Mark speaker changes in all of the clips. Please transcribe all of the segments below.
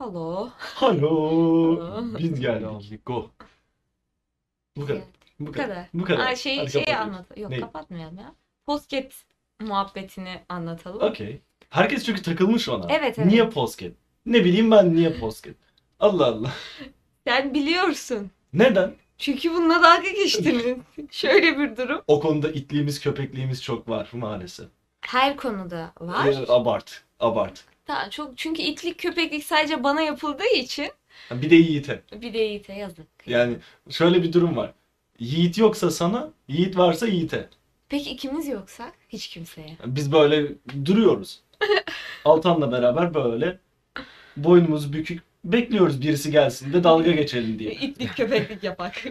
Speaker 1: Hello.
Speaker 2: Halo.
Speaker 1: Halo.
Speaker 2: Biz geldik. Go. Bu kadar. Bu
Speaker 1: Bu
Speaker 2: kadar.
Speaker 1: kadar.
Speaker 2: Bu kadar.
Speaker 1: Ha, şey,
Speaker 2: Hadi
Speaker 1: şeyi
Speaker 2: kapatıyoruz.
Speaker 1: anlat. Yok
Speaker 2: Neyi?
Speaker 1: kapatmayalım ya. Posket muhabbetini anlatalım.
Speaker 2: Okey. Herkes çünkü takılmış ona.
Speaker 1: Evet, evet.
Speaker 2: Niye posket? Ne bileyim ben niye posket? Allah Allah.
Speaker 1: Sen biliyorsun.
Speaker 2: Neden?
Speaker 1: Çünkü bununla dalga geçtiniz. Şöyle bir durum.
Speaker 2: O konuda itliğimiz köpekliğimiz çok var maalesef.
Speaker 1: Her konuda var.
Speaker 2: Ee, abart. Abart.
Speaker 1: Ta, çok çünkü itlik köpeklik sadece bana yapıldığı için
Speaker 2: Bir de Yiğit'e.
Speaker 1: bir de Yiğit'e yazık.
Speaker 2: Yani şöyle bir durum var. Yiğit yoksa sana, Yiğit varsa Yiğit'e.
Speaker 1: Peki ikimiz yoksak hiç kimseye.
Speaker 2: Biz böyle duruyoruz. Altan'la beraber böyle boynumuz bükük bekliyoruz birisi gelsin de dalga geçelim diye.
Speaker 1: İtlik köpeklik yapak.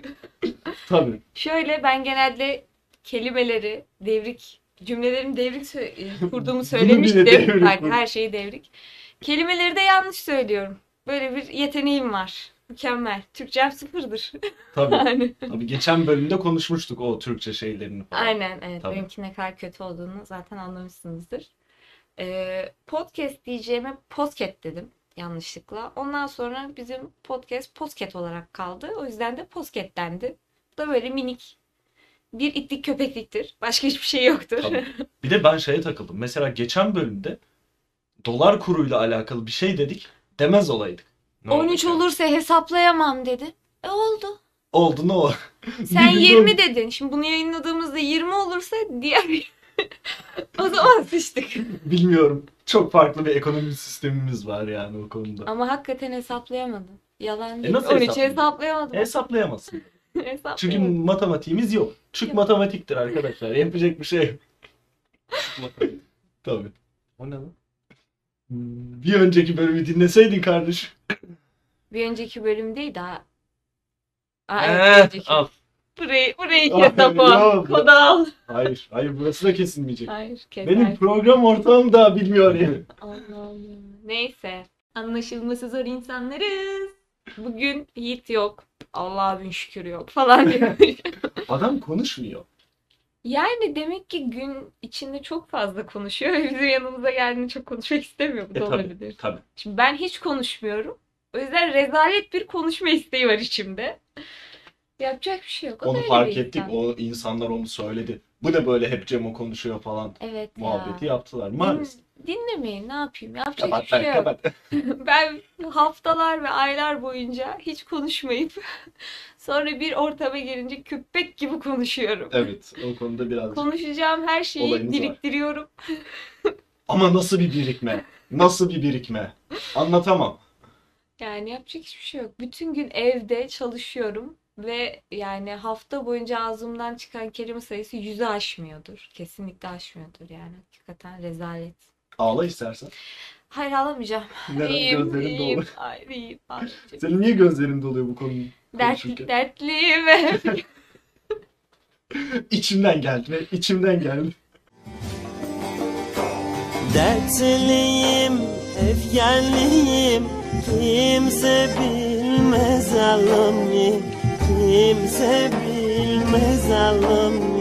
Speaker 2: Tabii.
Speaker 1: Şöyle ben genelde kelimeleri devrik cümlelerimi devrik sö- kurduğumu söylemiştim.
Speaker 2: bile devrik
Speaker 1: Bak,
Speaker 2: kur-
Speaker 1: her şeyi devrik. Kelimeleri de yanlış söylüyorum. Böyle bir yeteneğim var. Mükemmel. Türkçem sıfırdır.
Speaker 2: Tabii.
Speaker 1: Yani.
Speaker 2: Tabii geçen bölümde konuşmuştuk o Türkçe şeylerini falan.
Speaker 1: Aynen evet.
Speaker 2: Tabii.
Speaker 1: Benimki ne kadar kötü olduğunu zaten anlamışsınızdır. Ee, podcast diyeceğime podcast dedim yanlışlıkla. Ondan sonra bizim podcast podcast olarak kaldı. O yüzden de podcast dendi. Bu da böyle minik bir itlik köpekliktir. Başka hiçbir şey yoktur.
Speaker 2: Tabii. Bir de ben şeye takıldım. Mesela geçen bölümde dolar kuruyla alakalı bir şey dedik. Demez olaydık. Ne oldu
Speaker 1: 13
Speaker 2: ki?
Speaker 1: olursa hesaplayamam dedi. E oldu.
Speaker 2: Oldu ne o?
Speaker 1: Sen
Speaker 2: Bir gün
Speaker 1: 20 dedin. Şimdi bunu yayınladığımızda 20 olursa diğer o zaman sıçtık.
Speaker 2: Bilmiyorum. Çok farklı bir ekonomi sistemimiz var yani o konuda.
Speaker 1: Ama hakikaten hesaplayamadım. Yalan değil.
Speaker 2: E, nasıl E,
Speaker 1: 13
Speaker 2: hesaplayamadın?
Speaker 1: hesaplayamadım.
Speaker 2: Hesaplayamazsın.
Speaker 1: Hesaplayamadım.
Speaker 2: Çünkü matematiğimiz yok. Çık
Speaker 1: Yok.
Speaker 2: matematiktir arkadaşlar. Yapacak bir şey yok. Tabii. O ne lan? Bir önceki bölümü dinleseydin kardeşim.
Speaker 1: Bir önceki bölüm değil daha. Aa, evet, bir
Speaker 2: Eh,
Speaker 1: önceki.
Speaker 2: al.
Speaker 1: Burayı, burayı
Speaker 2: Ay,
Speaker 1: kes al.
Speaker 2: yok.
Speaker 1: Kodu al.
Speaker 2: Hayır, hayır burası da kesilmeyecek.
Speaker 1: Hayır kes.
Speaker 2: Benim program ortağım daha bilmiyor yani.
Speaker 1: Allah'ım. Neyse. Anlaşılması zor insanlarız. Bugün Yiğit yok. Allah'a bin şükür yok falan diyor.
Speaker 2: Adam konuşmuyor.
Speaker 1: yani demek ki gün içinde çok fazla konuşuyor. ve Bizim yanımıza geldiğinde çok konuşmak istemiyor. Bu
Speaker 2: E,
Speaker 1: da
Speaker 2: tabii.
Speaker 1: olabilir.
Speaker 2: Tabii.
Speaker 1: Şimdi ben hiç konuşmuyorum. O yüzden rezalet bir konuşma isteği var içimde. Yapacak bir şey yok. O da
Speaker 2: Onu
Speaker 1: öyle
Speaker 2: fark
Speaker 1: bir
Speaker 2: ettik.
Speaker 1: insan.
Speaker 2: O insanlar onu söyledi. Bu ne böyle hep Cemo konuşuyor falan
Speaker 1: Evet ya.
Speaker 2: muhabbeti yaptılar.
Speaker 1: Din-
Speaker 2: Maalesef.
Speaker 1: dinlemeyin ne yapayım yapacak
Speaker 2: Kapat
Speaker 1: hiçbir şey
Speaker 2: ben
Speaker 1: yok.
Speaker 2: kapat.
Speaker 1: Ben haftalar ve aylar boyunca hiç konuşmayıp sonra bir ortama girince köpek gibi konuşuyorum.
Speaker 2: Evet o konuda biraz.
Speaker 1: Konuşacağım her şeyi
Speaker 2: Olayımız var.
Speaker 1: biriktiriyorum.
Speaker 2: Ama nasıl bir birikme? Nasıl bir birikme? Anlatamam.
Speaker 1: Yani yapacak hiçbir şey yok. Bütün gün evde çalışıyorum ve yani hafta boyunca ağzımdan çıkan kelime sayısı yüzü aşmıyordur. Kesinlikle aşmıyordur yani. Hakikaten rezalet.
Speaker 2: Ağla istersen.
Speaker 1: Hayır ağlamayacağım.
Speaker 2: Neden
Speaker 1: İyiyim,
Speaker 2: gözlerin
Speaker 1: iyiyim.
Speaker 2: dolu?
Speaker 1: Hayır iyiyim. ağlamayacağım.
Speaker 2: Senin niye gözlerin doluyor bu konunun?
Speaker 1: Dertli,
Speaker 2: konuşurken?
Speaker 1: dertliyim ve
Speaker 2: İçimden geldi ve içimden geldi.
Speaker 3: Dertliyim, efkarlıyım Kimse bilmez halimi Kimse bilmez halimi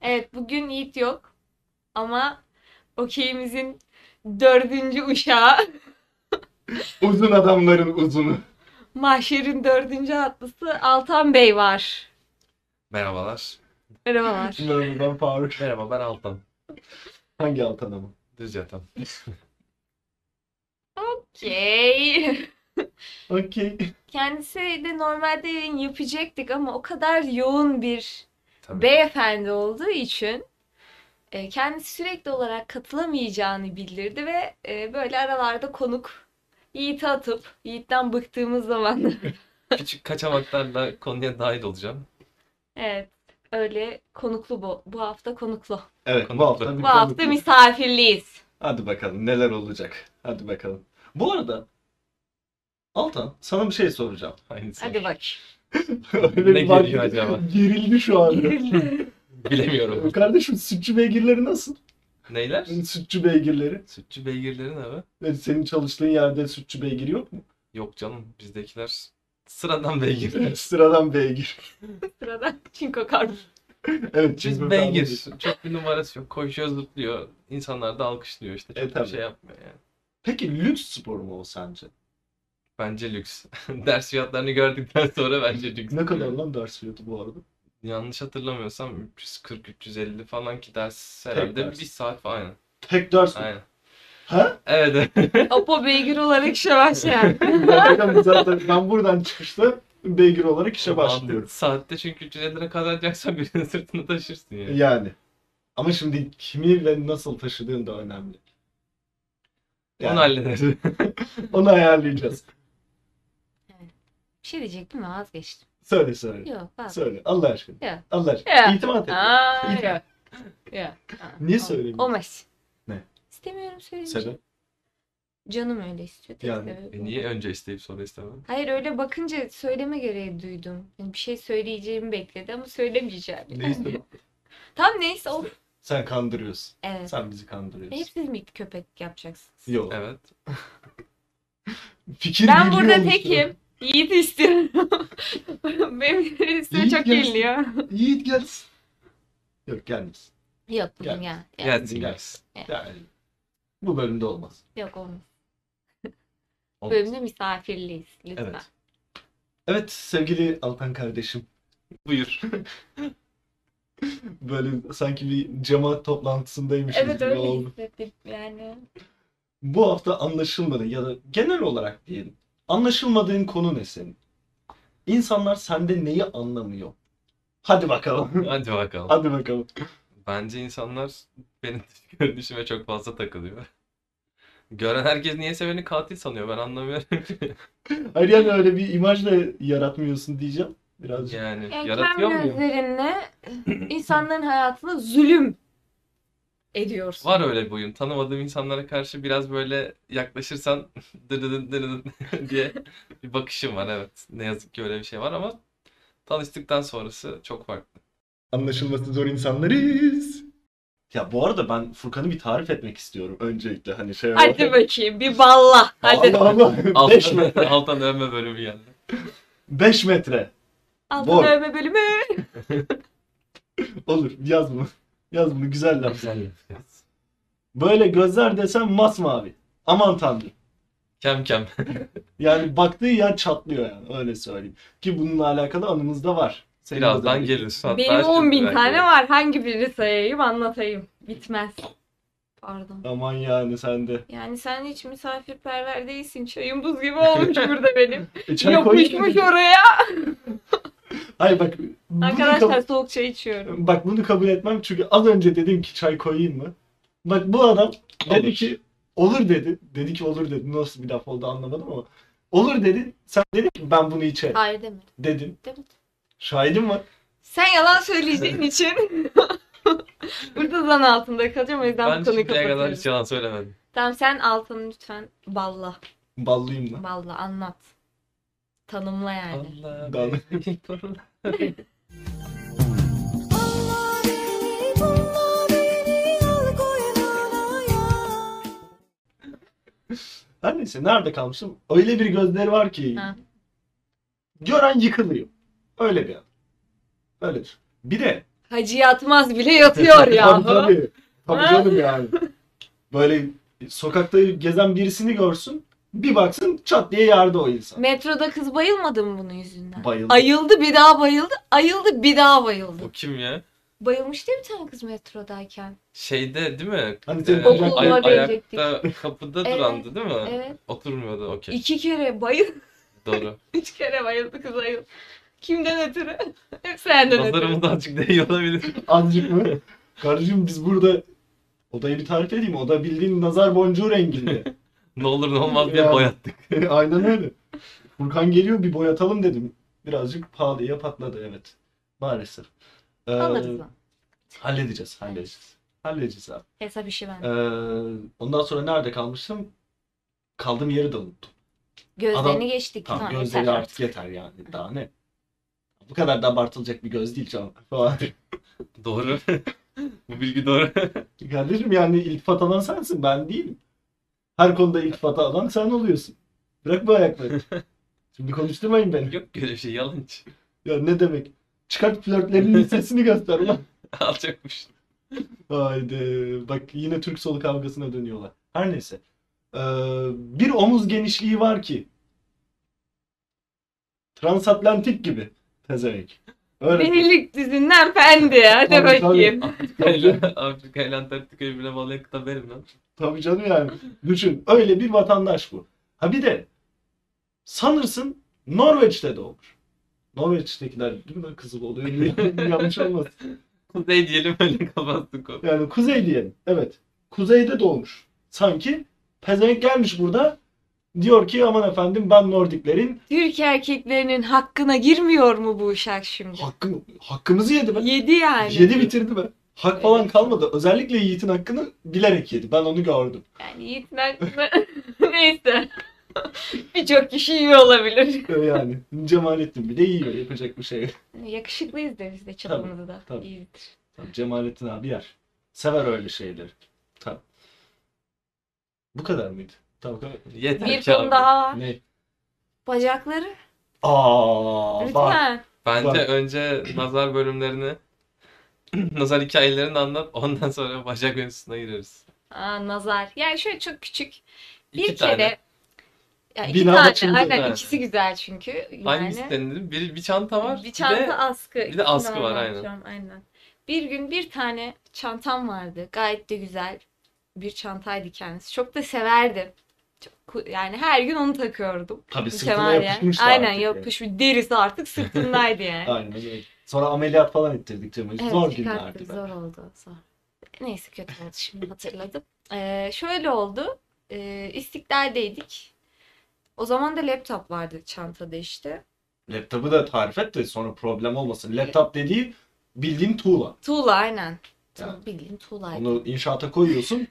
Speaker 1: Evet bugün Yiğit yok ama okeyimizin dördüncü uşağı,
Speaker 2: Uzun adamların uzunu.
Speaker 1: mahşerin dördüncü atlısı Altan Bey var.
Speaker 4: Merhabalar.
Speaker 1: Merhabalar.
Speaker 2: Bilmiyorum ben Faruk.
Speaker 4: Merhaba ben Altan.
Speaker 2: Hangi alt adamı?
Speaker 4: Düz yatan.
Speaker 1: Okey.
Speaker 2: Okey.
Speaker 1: Kendisi de normalde yayın yapacaktık ama o kadar yoğun bir
Speaker 4: Tabii.
Speaker 1: beyefendi olduğu için e, kendisi sürekli olarak katılamayacağını bildirdi ve e, böyle aralarda konuk Yiğit'e atıp Yiğit'ten bıktığımız zamanlar
Speaker 4: Küçük kaçamaklarla konuya dahil olacağım.
Speaker 1: Evet. Öyle konuklu bu. Bu hafta konuklu.
Speaker 2: Evet bu
Speaker 4: Konuklu.
Speaker 2: hafta bir
Speaker 1: Bu hafta
Speaker 2: konuklu.
Speaker 1: misafirliyiz.
Speaker 2: Hadi bakalım neler olacak. Hadi bakalım. Bu arada Altan sana bir şey soracağım.
Speaker 4: Aynısı.
Speaker 1: Hadi bak.
Speaker 2: Öyle
Speaker 4: Ne
Speaker 2: bir baktı
Speaker 4: geliyor
Speaker 2: ki,
Speaker 4: acaba?
Speaker 2: Gerildi şu an.
Speaker 4: Bilemiyorum.
Speaker 2: Kardeşim sütçü beygirleri nasıl?
Speaker 4: Neyler?
Speaker 2: Sütçü beygirleri.
Speaker 4: Sütçü beygirlerin abi.
Speaker 2: Yani Senin çalıştığın yerde sütçü beygir yok mu?
Speaker 4: Yok canım bizdekiler sıradan beygirler.
Speaker 2: Sıradan beygir.
Speaker 1: Sıradan çinko karpuz.
Speaker 2: Evet
Speaker 4: Biz
Speaker 2: çizme
Speaker 4: beygir. Çok bir numarası yok. Koşuyor, zıplıyor. İnsanlar da alkışlıyor işte.
Speaker 2: E,
Speaker 4: Çok bir
Speaker 2: tabii.
Speaker 4: şey yapmıyor yani.
Speaker 2: Peki lüks spor mu o sence?
Speaker 4: Bence lüks. Ders fiyatlarını gördükten sonra bence lüks.
Speaker 2: Ne kadar lan ders fiyatı bu arada?
Speaker 4: Yanlış hatırlamıyorsam 340-350 falan ki ders herhalde
Speaker 2: ders.
Speaker 4: bir saat falan. Aynen.
Speaker 2: Tek ders mi?
Speaker 4: Aynen.
Speaker 2: Ha?
Speaker 4: Evet.
Speaker 1: Apo beygir olarak şevaş yani.
Speaker 2: Zaten- zaten ben buradan çıkışta beygir olarak işe başlıyorum.
Speaker 4: Saatte çünkü 350 lira kazanacaksan birinin sırtını taşırsın yani.
Speaker 2: Yani. Ama şimdi kimi ve nasıl taşıdığın da önemli.
Speaker 4: Onu
Speaker 2: Yani,
Speaker 4: hallederiz.
Speaker 2: onu ayarlayacağız.
Speaker 1: Bir şey diyecektim mi? Vazgeçtim.
Speaker 2: Söyle söyle.
Speaker 1: Yok vazgeçtim.
Speaker 2: Söyle. Allah aşkına.
Speaker 1: Ya.
Speaker 2: Allah aşkına.
Speaker 1: Ya.
Speaker 2: İtimat et.
Speaker 1: Aa, yok. Yok. Aa,
Speaker 2: Niye
Speaker 1: ol-
Speaker 2: söylemiyorsun?
Speaker 1: Olmaz.
Speaker 2: Ne?
Speaker 1: İstemiyorum söyleyince.
Speaker 2: Sebep?
Speaker 1: Canım öyle istiyor. Tek
Speaker 2: Yani,
Speaker 1: sebebi
Speaker 4: E
Speaker 1: bu.
Speaker 4: niye önce isteyip sonra istemem?
Speaker 1: Hayır öyle bakınca söyleme gereği duydum. Yani bir şey söyleyeceğimi bekledi ama söylemeyeceğim.
Speaker 2: Ne istedin?
Speaker 1: Tam neyse o.
Speaker 2: Sen kandırıyorsun.
Speaker 1: Evet.
Speaker 2: Sen bizi kandırıyorsun.
Speaker 1: Hep siz mi köpek yapacaksınız?
Speaker 2: Yok.
Speaker 4: Evet.
Speaker 2: Fikir
Speaker 1: Ben
Speaker 2: birliği
Speaker 1: burada
Speaker 2: oluşturalım.
Speaker 1: tekim. Yiğit istiyorum. Benim üstüme
Speaker 2: Yiğit
Speaker 1: çok
Speaker 2: gelsin.
Speaker 1: geliyor.
Speaker 2: Yiğit gelsin. Yok gelmesin.
Speaker 1: Yok bugün
Speaker 2: Gel.
Speaker 1: ya. ya.
Speaker 4: Gelsin gelsin.
Speaker 2: Yani bu bölümde olmaz.
Speaker 1: Yok olmaz.
Speaker 4: Olmaz.
Speaker 1: Bölümde misafirliyiz. Lütfen.
Speaker 4: Evet.
Speaker 2: Evet sevgili Altan kardeşim.
Speaker 4: Buyur.
Speaker 2: Böyle sanki bir cemaat toplantısındaymışız
Speaker 1: Evet
Speaker 2: gibi
Speaker 1: öyle
Speaker 2: şey oldu.
Speaker 1: hissettim yani.
Speaker 2: Bu hafta anlaşılmadı ya da genel olarak diyelim. Anlaşılmadığın konu ne senin? İnsanlar sende neyi anlamıyor? Hadi bakalım.
Speaker 4: Hadi bakalım.
Speaker 2: Hadi bakalım.
Speaker 4: Bence insanlar benim dış görünüşüme çok fazla takılıyor. Gören herkes niyeyse beni katil sanıyor. Ben anlamıyorum.
Speaker 2: Hayır yani öyle bir imaj da yaratmıyorsun diyeceğim. Birazcık.
Speaker 4: Yani
Speaker 1: Yani
Speaker 4: yaratıyor
Speaker 1: kendi
Speaker 4: muyum?
Speaker 1: gözlerinle insanların hayatına zulüm ediyorsun.
Speaker 4: Var öyle bir huyum. Tanımadığım insanlara karşı biraz böyle yaklaşırsan dırıdın dırıdın diye bir bakışım var evet. Ne yazık ki öyle bir şey var ama tanıştıktan sonrası çok farklı.
Speaker 2: Anlaşılması zor insanlarız. Ya bu arada ben Furkan'ı bir tarif etmek istiyorum öncelikle hani şey
Speaker 1: Hadi bakayım bir balla. Hadi.
Speaker 2: Allah Allah. 5
Speaker 4: Alttan,
Speaker 2: metre.
Speaker 4: alttan övme bölümü geldi.
Speaker 2: 5 metre.
Speaker 1: Altın
Speaker 2: Bor.
Speaker 1: övme bölümü.
Speaker 2: Olur yaz bunu. Yaz bunu güzel laf. Böyle gözler desen masmavi. Aman tanrım.
Speaker 4: Kem kem.
Speaker 2: Yani baktığı yer çatlıyor yani öyle söyleyeyim. Ki bununla alakalı anımızda var. Senin
Speaker 4: Birazdan
Speaker 2: özellikle.
Speaker 4: geliriz. Hatta
Speaker 1: Benim 10 bin
Speaker 4: şimdiden
Speaker 1: tane
Speaker 4: geliriz.
Speaker 1: var. Hangi birini sayayım anlatayım. Bitmez. Pardon.
Speaker 2: Aman yani sen de.
Speaker 1: Yani sen hiç misafirperver değilsin. Çayım buz gibi olmuş burada benim.
Speaker 2: E, çay koy.
Speaker 1: Yokuşmuş oraya.
Speaker 2: Hayır bak. bunu
Speaker 1: Arkadaşlar
Speaker 2: kab-
Speaker 1: soğuk çay içiyorum.
Speaker 2: Bak bunu kabul etmem çünkü az önce dedim ki çay koyayım mı? Bak bu adam dedi
Speaker 4: Olur.
Speaker 2: ki olur dedi. Dedi ki olur dedi. Nasıl bir laf oldu anlamadım ama. Olur dedi. Sen dedin ki ben bunu içerim.
Speaker 1: Hayır demedim.
Speaker 2: Dedin.
Speaker 1: Demedim.
Speaker 2: Şahidim var.
Speaker 1: Sen yalan söyleyeceğin için burada zan altında kalacağım. O yüzden
Speaker 4: Ben
Speaker 1: bu konuyu
Speaker 4: şimdiye
Speaker 1: kapatıyorum.
Speaker 4: kadar hiç yalan söylemedim.
Speaker 1: Tamam sen altını lütfen balla.
Speaker 2: Ballıyım lan.
Speaker 1: Balla anlat. Tanımla yani.
Speaker 4: Allah
Speaker 2: Ben-
Speaker 4: beni koru.
Speaker 2: Her neyse nerede kalmışım? Öyle bir gözleri var ki
Speaker 1: Ha.
Speaker 2: gören yıkılıyor. Öyle bir an. Öyledir. Bir de
Speaker 1: Hacı yatmaz bile yatıyor
Speaker 2: tabii
Speaker 1: yahu.
Speaker 2: tabii. Tabii
Speaker 1: Ha?
Speaker 2: canım yani. Böyle sokakta gezen birisini görsün bir baksın çat diye yerde o insan.
Speaker 1: Metroda kız bayılmadı mı bunun yüzünden?
Speaker 2: Bayıldı.
Speaker 1: Ayıldı bir daha bayıldı. Ayıldı bir daha bayıldı.
Speaker 4: Bu kim ya?
Speaker 1: Bayılmış değil mi bir tane kız metrodayken?
Speaker 4: Şeyde değil mi?
Speaker 2: Hani
Speaker 4: Ee,
Speaker 2: senin
Speaker 4: ay-
Speaker 2: okuluna
Speaker 1: gelecektik.
Speaker 4: ayakta kapıda
Speaker 1: Evet,
Speaker 4: durandı değil mi?
Speaker 1: Evet.
Speaker 4: Oturmuyordu okey.
Speaker 1: İki kere bayıl,
Speaker 4: Doğru.
Speaker 1: üç kere bayıldı kız ayıldı. Kimden ötürü? Hep senden ötürü.
Speaker 4: Nazarımı da azıcık değiyor olabilir.
Speaker 2: Azıcık mı? Karıcığım biz burada odayı bir tarif edeyim. Oda bildiğin nazar boncuğu renginde.
Speaker 4: Ne olur ne olmaz diye
Speaker 2: Ya.
Speaker 4: boyattık.
Speaker 2: Aynen öyle. Furkan geliyor bir boyatalım dedim. Birazcık pahalıya patladı evet. Maalesef. Ee,
Speaker 1: Alırız lan.
Speaker 2: halledeceğiz, halledeceğiz. Halledeceğiz abi.
Speaker 1: Hesap işi bende.
Speaker 2: Ee, ondan sonra nerede kalmıştım? Kaldığım yeri de unuttum.
Speaker 1: Gözlerini
Speaker 2: adam-
Speaker 1: geçtik.
Speaker 2: Tamam,
Speaker 1: Tamam,
Speaker 2: gözleri
Speaker 1: yeter
Speaker 2: artık yeter yani. Daha ne? Bu kadar da abartılacak bir göz değil canım. Falan.
Speaker 4: Doğru. Bu bilgi doğru.
Speaker 2: Kardeşim yani iltifat alan sensin ben değilim. Her konuda iltifat alan sen oluyorsun. Bırak bu ayakları. Şimdi konuşturmayın beni.
Speaker 4: Yok böyle bir şey yalancı.
Speaker 2: Ya ne demek? Çıkart flörtlerinin sesini göster ulan.
Speaker 4: Alacakmış.
Speaker 2: Haydi. Bak yine Türk solu kavgasına dönüyorlar. Her neyse. Ee, bir omuz genişliği var ki. Transatlantik gibi. Tezemek. Öyle.
Speaker 1: Delilik dizinden fendi. Hadi
Speaker 2: Tabii, tabii.
Speaker 1: bakayım.
Speaker 4: Afrika ile Afrika ile Antarktika'yı birbirine bağlayan kıta benim lan.
Speaker 2: Tabii canım yani. Düşün. Öyle bir vatandaş bu. Ha bir de sanırsın Norveç'te doğmuş. Norveç'tekiler değil mi? Kızıl oluyor. Yanlış olmasın.
Speaker 4: Kuzey diyelim öyle kapattık o.
Speaker 2: Yani kuzey diyelim. Evet. Kuzeyde doğmuş. Sanki pezevenk gelmiş burada. Diyor ki aman efendim ben Nordiklerin
Speaker 1: Türk erkeklerinin hakkına girmiyor mu bu şarkı şimdi?
Speaker 2: hakkım, hakkımızı yedi be.
Speaker 1: Yedi yani.
Speaker 2: Yedi bitirdi be. Hak falan kalmadı. Özellikle Yiğit'in hakkını bilerek yedi. Ben onu gördüm.
Speaker 1: Yani Yiğit'in hakkında neyse. Birçok kişi iyi olabilir.
Speaker 2: Yani Cemalettin bile yiyor. Yapacak bir şey. yok.
Speaker 1: Yakışıklıyız deriz de çapımızı da.
Speaker 2: tabii.
Speaker 1: İyidir.
Speaker 2: Tamam, Cemalettin abi yer. Sever öyle şeyleri. Tamam. Bu kadar mıydı? Tamam. kadar.
Speaker 4: Yeter
Speaker 1: Bir
Speaker 4: ki
Speaker 1: konu
Speaker 4: abi.
Speaker 1: daha var.
Speaker 2: Ne?
Speaker 1: Bacakları.
Speaker 2: Aa, bak.
Speaker 1: Lütfen.
Speaker 4: Bence
Speaker 2: Bak.
Speaker 4: önce nazar bölümlerini nazar hikayelerini anlat ondan sonra bacak mevzusuna gireriz.
Speaker 1: Aa, nazar. Yani şöyle çok küçük. Bir
Speaker 4: İki
Speaker 1: kere.
Speaker 4: tane.
Speaker 1: Ya iki
Speaker 2: Bina
Speaker 1: tane.
Speaker 2: açıldı.
Speaker 1: Aynen
Speaker 4: Evet.
Speaker 1: ikisi güzel çünkü. Yani.
Speaker 4: Hangisi denilir? Bir, bir çanta var.
Speaker 1: Bir çanta
Speaker 4: de
Speaker 1: askı.
Speaker 4: bir de askı
Speaker 1: İkisinden
Speaker 4: var,
Speaker 1: ben
Speaker 4: aynen.
Speaker 1: yapıyorum, aynen. Bir gün bir tane çantam vardı. Gayet de güzel bir çantaydı kendisi. Çok da severdim. Çok ku- yani her gün onu takıyordum.
Speaker 2: Tabii E, sırtına
Speaker 1: Mükemmel yani.
Speaker 2: yapışmıştı
Speaker 1: Aynen
Speaker 2: artık yani.
Speaker 1: yapışmış. Derisi artık sırtındaydı yani.
Speaker 2: Aynen öyle. Sonra ameliyat falan ettirdik Cemal'i.
Speaker 1: Evet,
Speaker 2: Zor
Speaker 1: çıkarttık,
Speaker 2: günlerdi be.
Speaker 1: Zor oldu. Zor. Neyse kötü oldu şimdi hatırladım. Ee, şöyle oldu. Ee, İstiklal'deydik. O zaman da laptop vardı çantada işte.
Speaker 2: Laptopu da tarif et de sonra problem olmasın. Laptop dediği bildiğin tuğla.
Speaker 1: Tuğla aynen. Tu-
Speaker 2: Yani.
Speaker 1: Bildiğin tuğlaydı.
Speaker 2: Onu inşaata koyuyorsun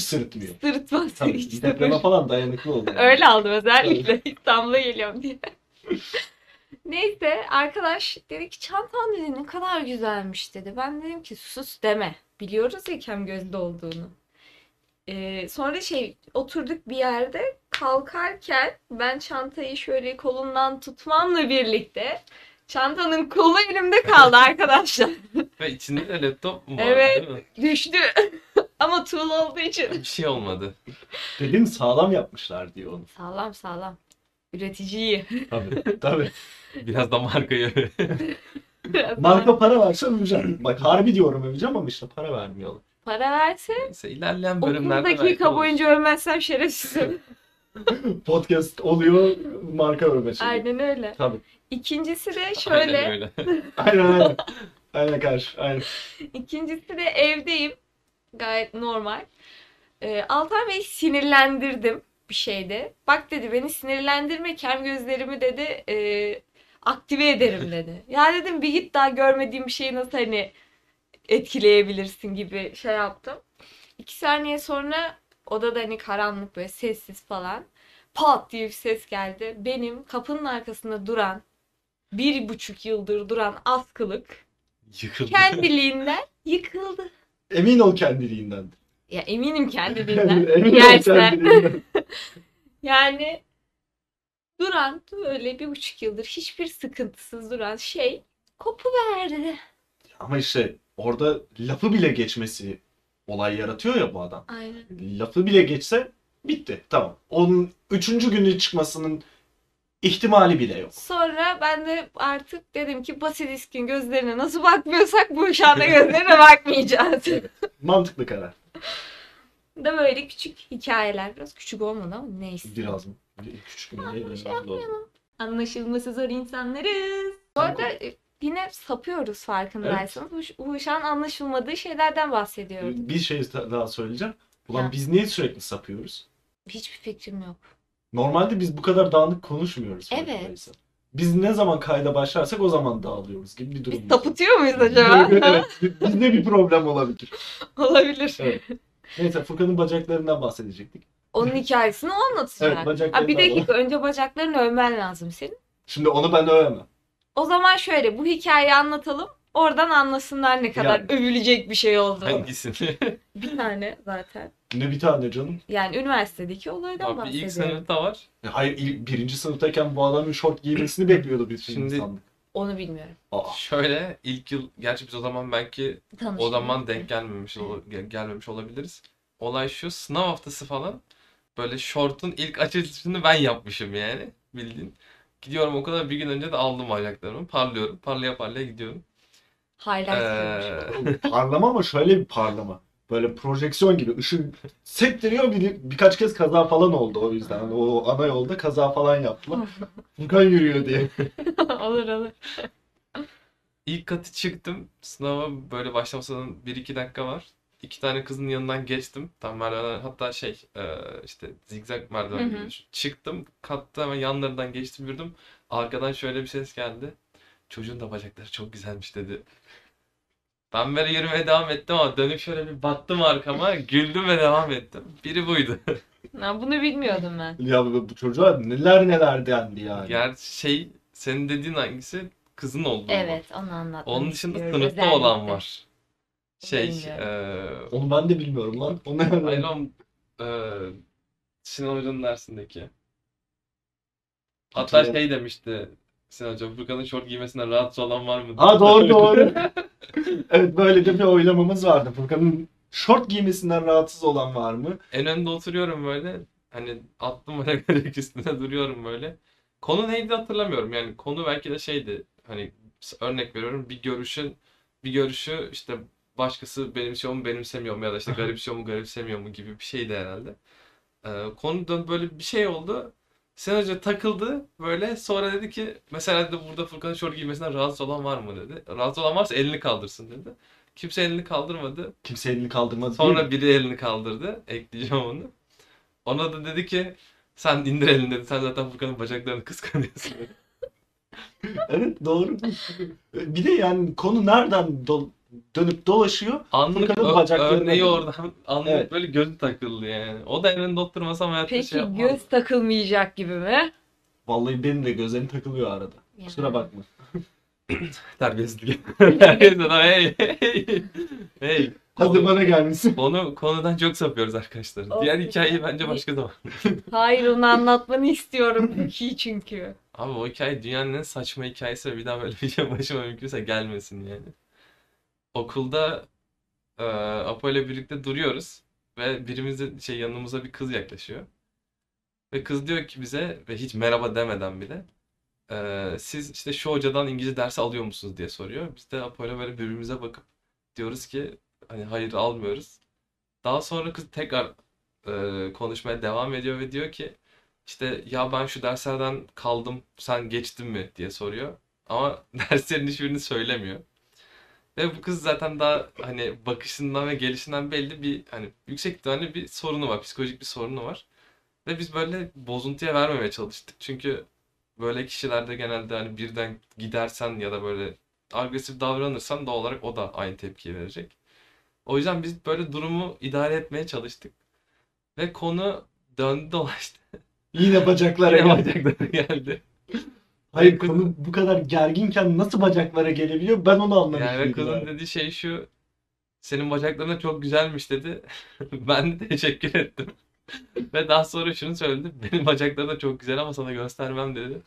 Speaker 2: sırıtmıyor.
Speaker 1: Sırıtmaz
Speaker 2: Tabii
Speaker 1: hiç
Speaker 2: depreme
Speaker 1: sırıtmaz.
Speaker 2: falan dayanıklı oluyor.
Speaker 1: Öyle aldım özellikle. İstanbul'a geliyorum diye. Neyse arkadaş dedi ki çantan dedi ne kadar güzelmiş dedi. Ben dedim ki sus deme. Biliyoruz ya kem gözlü olduğunu. Ee, sonra şey oturduk bir yerde kalkarken ben çantayı şöyle kolundan tutmamla birlikte çantanın kolu elimde kaldı arkadaşlar.
Speaker 4: ve içinde de laptop mu var
Speaker 1: Evet.
Speaker 4: değil mi?
Speaker 1: Düştü. Ama tuğla olduğu için.
Speaker 4: Bir şey olmadı.
Speaker 2: Dedim sağlam yapmışlar diyor onu.
Speaker 1: Sağlam sağlam. Üreticiyi.
Speaker 2: Tabii tabii.
Speaker 4: Biraz da markayı
Speaker 1: Biraz daha
Speaker 2: Marka para verse öveceğim. Bak harbi diyorum öveceğim ama işte para vermiyorlar.
Speaker 1: Para verse
Speaker 4: Neyse ilerleyen
Speaker 1: 30
Speaker 4: bölümlerde belki
Speaker 1: dakika
Speaker 4: olur.
Speaker 1: boyunca ölmezsem şerefsizim.
Speaker 2: Podcast oluyor marka övme şeyi.
Speaker 1: Aynen öyle.
Speaker 2: Tabii.
Speaker 1: İkincisi de
Speaker 4: Aynen
Speaker 1: şöyle.
Speaker 4: öyle.
Speaker 2: Aynen aynen. Aynen karşı. Aynen.
Speaker 1: İkincisi de evdeyim. Gayet normal. Ee, Altan Bey'i sinirlendirdim bir şeyde. Bak dedi beni sinirlendirme kem gözlerimi dedi e, aktive ederim dedi. ya dedim bir git daha görmediğim bir şeyi nasıl hani etkileyebilirsin gibi şey yaptım. İki saniye sonra odada hani karanlık böyle sessiz falan. Pat diye bir ses geldi. Benim kapının arkasında duran bir buçuk yıldır duran askılık
Speaker 4: Yıkıldı.
Speaker 1: kendiliğinden yıkıldı.
Speaker 2: Emin ol kendiliğinden.
Speaker 1: Ya eminim kendiliğinden.
Speaker 2: Emin ol
Speaker 1: Gerçekten.
Speaker 2: kendiliğinden.
Speaker 1: Yani duran böyle bir buçuk yıldır hiçbir sıkıntısız duran şey kopu verdi.
Speaker 2: Ama işte orada lafı bile geçmesi olay yaratıyor ya bu adam.
Speaker 1: Aynen.
Speaker 2: lafı bile geçse bitti. Tamam. Onun üçüncü günü çıkmasının ihtimali bile yok.
Speaker 1: Sonra ben de artık dedim ki Basilisk'in gözlerine nasıl bakmıyorsak bu uşağın da gözlerine bakmayacağız.
Speaker 2: Mantıklı karar.
Speaker 1: da böyle küçük hikayeler. Biraz küçük olmadı ama neyse.
Speaker 2: Biraz mı? Küçük bir
Speaker 1: bir şey
Speaker 2: oldu.
Speaker 1: Anlaşılması zor insanlarız. Bu
Speaker 2: Tamam.
Speaker 1: arada e, yine sapıyoruz farkındaysanız. Bu, bu uşağın anlaşılmadığı şeylerden bahsediyorum.
Speaker 2: Bir şey daha söyleyeceğim. Ulan
Speaker 1: Ha.
Speaker 2: biz niye sürekli sapıyoruz?
Speaker 1: Hiçbir fikrim yok.
Speaker 2: Normalde biz bu kadar dağınık konuşmuyoruz.
Speaker 1: Evet.
Speaker 2: farkındaysa. Biz ne zaman kayda başlarsak o zaman dağılıyoruz gibi bir durum.
Speaker 1: Biz
Speaker 2: var.
Speaker 1: tapıtıyor muyuz acaba?
Speaker 2: evet. Bizde bir problem olabilir.
Speaker 1: Olabilir.
Speaker 2: Evet. Neyse Furkan'ın bacaklarından bahsedecektik.
Speaker 1: Onun hikayesini o anlatacak.
Speaker 2: Evet, bacaklarını
Speaker 1: Ha, bir dakika önce bacaklarını övmen lazım senin.
Speaker 2: Şimdi onu ben övemem.
Speaker 1: O zaman şöyle bu hikayeyi anlatalım. Oradan anlasınlar ne kadar
Speaker 2: Yani.
Speaker 1: övülecek bir şey oldu.
Speaker 4: Hangisini?
Speaker 1: Bir tane zaten.
Speaker 2: Ne bir tane canım. E,
Speaker 1: Yani üniversitedeki olaydan
Speaker 4: Abi ilk
Speaker 1: bahsediyorum.
Speaker 4: sınıfta var.
Speaker 2: Hayır il- birinci sınıftayken bu adamın şort giymesini bekliyorduk biz
Speaker 4: Şimdi-
Speaker 2: şimdi. insanlık.
Speaker 1: Onu bilmiyorum.
Speaker 2: Aa,
Speaker 4: Şöyle ilk yıl gerçi biz o zaman belki
Speaker 1: Tanıştım.
Speaker 4: o zaman denk gelmemiş ol- gel- gelmemiş olabiliriz. Olay şu sınav haftası falan böyle short'un ilk açılışını ben yapmışım yani bildiğin. Gidiyorum okula bir gün önce de aldım ayaklarımı parlıyorum parlaya parlaya gidiyorum.
Speaker 1: Highlights
Speaker 4: Ee,
Speaker 2: parlama ama şöyle bir parlama. Böyle projeksiyon gibi ışın sektiriyor bir, birkaç kez kaza falan oldu o yüzden. Hani o ana yolda kaza falan yaptılar. Furkan yürüyor diye.
Speaker 1: olur olur.
Speaker 4: İlk katı çıktım. Sınava böyle başlamasından 1-2 dakika var. İki tane kızın yanından geçtim. Tam merdiven hatta şey e, işte zigzag merdiven gibi
Speaker 1: Hı hı.
Speaker 4: düşün. Çıktım katta hemen yanlarından geçtim yürüdüm. Arkadan şöyle bir ses geldi. Çocuğun da bacakları çok güzelmiş dedi. Ben böyle yürümeye devam ettim ama dönüp şöyle bir baktım arkama güldüm ve devam ettim. Biri buydu.
Speaker 1: Ha, bunu bilmiyordum ben.
Speaker 2: Ya bu bu çocuğa neler neler dendi yani.
Speaker 4: Gerçi şey senin dediğin hangisi? Kızın olduğu mu?
Speaker 1: Evet onu anlatmak
Speaker 4: Onun dışında
Speaker 1: istiyorum.
Speaker 4: sınıfta
Speaker 1: Özellikle.
Speaker 4: olan var. Şey
Speaker 1: bilmiyorum.
Speaker 4: e,
Speaker 2: Onu ben de bilmiyorum lan. O ne öyle?
Speaker 4: Aynen eee e, Sinan Hoca'nın dersindeki. Hatta
Speaker 2: Hatırlıyorum.
Speaker 4: şey demişti Sinan Hoca, Furkan'ın şort giymesinden rahatsız olan var mı?
Speaker 2: Ha doğru doğru. evet böyle de bir oylamamız vardı. Furkan'ın şort giymesinden rahatsız olan var mı?
Speaker 4: En önde oturuyorum böyle. Hani attım böyle börek üstüne duruyorum böyle. Konu neydi hatırlamıyorum. Yani konu belki de şeydi. Hani s- örnek veriyorum bir görüşün bir görüşü işte başkası benimsiyor mu benimsemiyor mu ya da işte garipsiyor mu garipsemiyor mu gibi bir şeydi herhalde. Ee, konudan böyle bir şey oldu. Sen Hoca takıldı böyle sonra dedi ki mesela dedi burada Furkan'ın şort giymesinden rahatsız olan var mı dedi. Rahatsız olan varsa elini kaldırsın dedi. Kimse elini kaldırmadı.
Speaker 2: Kimse elini kaldırmadı.
Speaker 4: Sonra biri elini kaldırdı. Ekleyeceğim onu. Ona da dedi ki sen indir elini dedi. Sen zaten Furkan'ın bacaklarını kıskanıyorsun. dedi.
Speaker 2: Evet doğru. Bir de yani konu nereden do- dönüp dolaşıyor?
Speaker 4: Anlık
Speaker 2: Furkan'ın
Speaker 4: ö-
Speaker 2: bacaklarına
Speaker 4: örneği
Speaker 2: dedi.
Speaker 4: oradan anlık
Speaker 2: Evet.
Speaker 4: böyle gözü takıldı yani. O da elini dokturmasam hayatta
Speaker 1: Peki
Speaker 4: şey yapmazdı.
Speaker 1: göz takılmayacak gibi mi?
Speaker 2: Vallahi benim de gözlerim takılıyor arada.
Speaker 1: Yani.
Speaker 2: Kusura bakma.
Speaker 4: Terbiyesizlik. Terbiyesiz adam hey hey. Hey.
Speaker 2: Hadi bana gelmişsin.
Speaker 4: Konu, konudan çok sapıyoruz arkadaşlar.
Speaker 1: Olsun.
Speaker 4: Diğer hikayeyi bence başka zaman.
Speaker 1: Hayır onu anlatmanı istiyorum. Ki çünkü.
Speaker 4: Abi o hikaye dünyanın en saçma hikayesi ve bir daha böyle bir şey başıma mümkünse gelmesin yani. Okulda e, Apo ile birlikte duruyoruz ve birimize şey yanımıza bir kız yaklaşıyor. Ve kız diyor ki bize ve hiç merhaba demeden bile e, siz işte şu hocadan İngilizce dersi alıyor musunuz diye soruyor. Biz de Apo ile böyle birbirimize bakıp diyoruz ki hani hayır almıyoruz. Daha sonra kız tekrar e, konuşmaya devam ediyor ve diyor ki işte ya ben şu derslerden kaldım sen geçtin mi diye soruyor. Ama derslerin hiçbirini söylemiyor. Ve bu kız zaten daha hani bakışından ve gelişinden belli bir hani yüksek ihtimalle bir sorunu var. Psikolojik bir sorunu var. Ve biz böyle bozuntuya vermemeye çalıştık. Çünkü böyle kişilerde genelde hani birden gidersen ya da böyle agresif davranırsan doğal olarak o da aynı tepkiyi verecek. O yüzden biz böyle durumu idare etmeye çalıştık. Ve konu döndü dolaştı.
Speaker 2: Yine bacaklara
Speaker 4: Yine
Speaker 2: geldi.
Speaker 4: bacakları geldi.
Speaker 2: Hayır konu bu kadar gerginken nasıl bacaklara gelebiliyor ben onu anlamış
Speaker 4: Yani ve
Speaker 2: değilim
Speaker 4: kızın
Speaker 2: abi.
Speaker 4: dediği şey şu. Senin bacakların da çok güzelmiş dedi. Ben de teşekkür ettim. Ve daha sonra şunu söyledi. Benim bacaklarım da çok güzel ama sana göstermem dedi.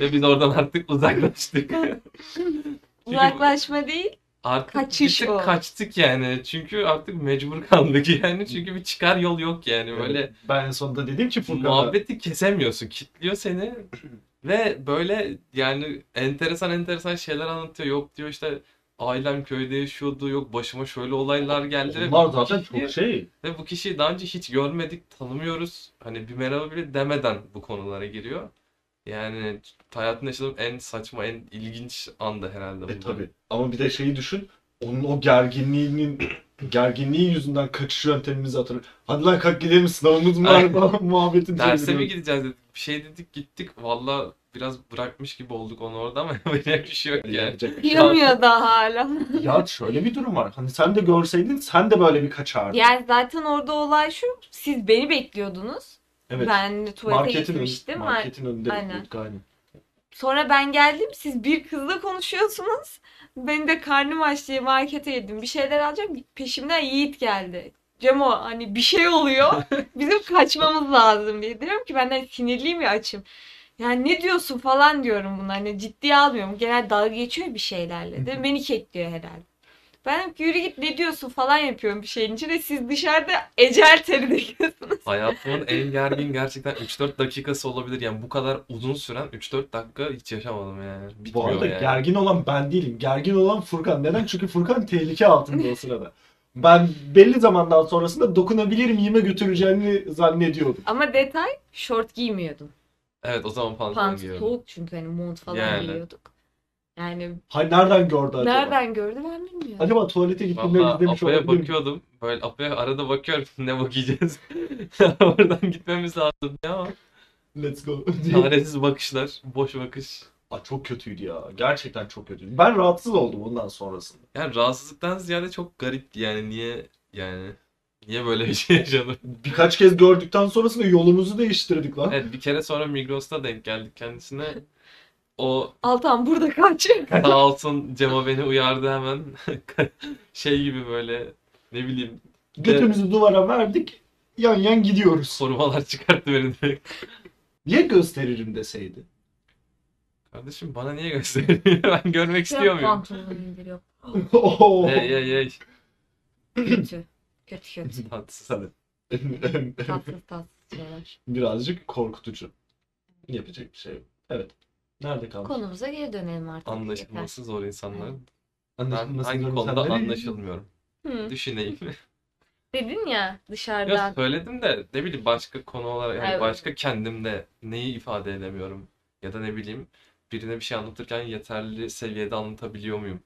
Speaker 4: Ve biz oradan artık uzaklaştık. Çünkü
Speaker 1: Uzaklaşma değil.
Speaker 4: artık
Speaker 1: kaçış
Speaker 4: bir tık
Speaker 1: o.
Speaker 4: kaçtık yani. Çünkü artık mecbur kaldık yani. Çünkü bir çıkar yol yok yani. Böyle
Speaker 2: Evet, Ben en sonunda dedim ki Furkan'a.
Speaker 4: Muhabbeti kesemiyorsun. Kitliyor seni. Ve böyle yani enteresan enteresan şeyler anlatıyor. Yok diyor işte ailem köyde yaşıyordu. Yok başıma şöyle olaylar geldi. Ve
Speaker 2: Onlar
Speaker 4: bu
Speaker 2: zaten
Speaker 4: kişiyi-
Speaker 2: çok şey.
Speaker 4: Ve bu kişiyi daha önce hiç görmedik, tanımıyoruz. Hani bir merhaba bile demeden bu konulara giriyor. Yani hayatımda yaşadığım en saçma, en ilginç anda herhalde
Speaker 2: E
Speaker 4: bu.
Speaker 2: tabi. Ama bir de şeyi düşün. Onun o gerginliğinin gerginliği yüzünden kaçış yöntemimizi hatırlıyor. Hadi lan kalk gidelim sınavımız var
Speaker 4: Aynen.
Speaker 2: falan muhabbetin
Speaker 4: Derse
Speaker 2: çeviriyor.
Speaker 4: mi gideceğiz dedik. Bir şey dedik gittik. Valla biraz bırakmış gibi olduk onu orada ama yapacak bir şey yok yani.
Speaker 2: Yapacak bir şey yok.
Speaker 1: Yiyemiyor daha hala.
Speaker 2: Ya şöyle bir durum var. Hani sen de görseydin sen de böyle bir kaçardın.
Speaker 1: Yani zaten orada olay şu. Siz beni bekliyordunuz.
Speaker 2: evet.
Speaker 1: Ben de tuvalete
Speaker 2: marketin, önü,
Speaker 1: gitmiştim.
Speaker 2: marketin önünde
Speaker 1: Aynen.
Speaker 2: bekliyorduk aynen.
Speaker 1: Sonra ben geldim. Siz bir kızla konuşuyorsunuz. Ben de karnım aç diye markete girdim. Bir şeyler alacağım. Peşimden Yiğit geldi. Cemo hani bir şey oluyor. Bizim kaçmamız lazım diye. Diyorum ki benden sinirliyim ya açım. Yani ne diyorsun falan diyorum buna. Hani ciddiye almıyorum. Genel dalga geçiyor bir şeylerle de. Beni kekliyor herhalde. Ben diyorum ki, yürü git ne diyorsun falan yapıyorum bir şeyin içinde. Siz döküyorsunuz. ecel teri döküyorsunuz.
Speaker 4: Hayatımın en gergin gerçekten 3-4 dakikası olabilir. Yani bu kadar uzun süren 3-4 dakika hiç yaşamadım yani.
Speaker 2: Bu
Speaker 4: Bitmiyor
Speaker 2: arada
Speaker 4: yani.
Speaker 2: gergin olan ben değilim. Gergin olan Furkan. Neden? Çünkü Furkan tehlike altında o sırada. Ben belli zamandan sonrasında dokunabilirim yeme götüreceğini zannediyordum.
Speaker 1: Ama detay şort giymiyordum.
Speaker 4: Evet o zaman pantolon
Speaker 1: Pant
Speaker 4: giyiyorum.
Speaker 1: soğuk çünkü hani mont falan
Speaker 4: Yani.
Speaker 1: giyiyorduk. Yani
Speaker 2: Hayır nereden gördü acaba?
Speaker 1: nereden gördü ben bilmiyorum.
Speaker 2: Acaba tuvalete gittiğinde
Speaker 4: Valla
Speaker 2: izlemiş
Speaker 4: Apo'ya
Speaker 2: olabilir mi?
Speaker 4: bakıyordum. Böyle Apo'ya arada bakıyorum ne bakacağız. Oradan gitmemiz lazım ya ama
Speaker 2: Let's go.
Speaker 4: çaresiz bakışlar, boş bakış.
Speaker 2: Aa, çok kötüydü ya. Gerçekten çok kötüydü. Ben rahatsız oldum ondan sonrasında.
Speaker 4: Yani rahatsızlıktan ziyade çok garip yani niye yani niye böyle bir şey yaşadım?
Speaker 2: Birkaç kez gördükten sonrasında yolumuzu değiştirdik lan.
Speaker 4: Evet bir kere sonra Migros'ta denk geldik kendisine. O
Speaker 1: Altan burada kaç.
Speaker 4: sağ olsun Cemo beni uyardı hemen. şey gibi böyle ne bileyim
Speaker 2: Götümüzü duvara verdik. Yan yan gidiyoruz.
Speaker 4: sormalar çıkarttı beni direkt.
Speaker 2: Niye gösteririm deseydi?
Speaker 4: Kardeşim bana niye gösteriyor? Ben görmek istiyor muyum?
Speaker 1: Pantolonu indiriyor.
Speaker 2: Ee, Oo.
Speaker 4: Ey ey ey.
Speaker 1: Kötü. Kötü kötü.
Speaker 4: Tatsız hadi.
Speaker 1: Tatsız tatsız şeyler.
Speaker 2: Birazcık korkutucu. Yapacak bir şey yok. Evet. Nerede kaldık?
Speaker 1: Konumuza geri dönelim artık.
Speaker 4: Anlaşılması zor insanlar. Ben
Speaker 2: Anlaşılmasın
Speaker 4: hangi
Speaker 2: diyorum,
Speaker 4: konuda
Speaker 2: sen nereye
Speaker 4: anlaşılmıyorum.
Speaker 1: Hı.
Speaker 4: Düşüneyim.
Speaker 1: Dedin ya
Speaker 4: Yok
Speaker 1: dışarıdan.
Speaker 4: söyledim de ne bileyim başka konu olarak yani
Speaker 1: Evet.
Speaker 4: başka kendimde neyi ifade edemiyorum ya da ne bileyim birine bir şey anlatırken yeterli seviyede anlatabiliyor muyum?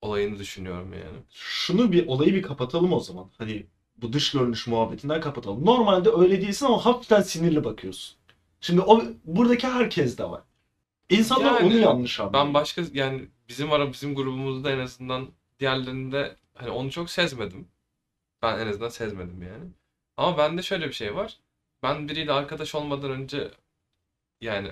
Speaker 4: Olayını düşünüyorum yani.
Speaker 2: şunu bir olayı bir kapatalım o zaman. Hani bu dış görünüş muhabbetinden kapatalım. Normalde öyle değilsin ama hafiften sinirli bakıyorsun. Şimdi o buradaki herkes de var. İnsanlar
Speaker 4: Yani
Speaker 2: onu yanlış anlıyor.
Speaker 4: Ben başka yani bizim ara bizim grubumuzda en azından diğerlerinde hani onu çok sezmedim. Ben en azından sezmedim yani. Ama bende şöyle bir şey var. Ben biriyle arkadaş olmadan önce yani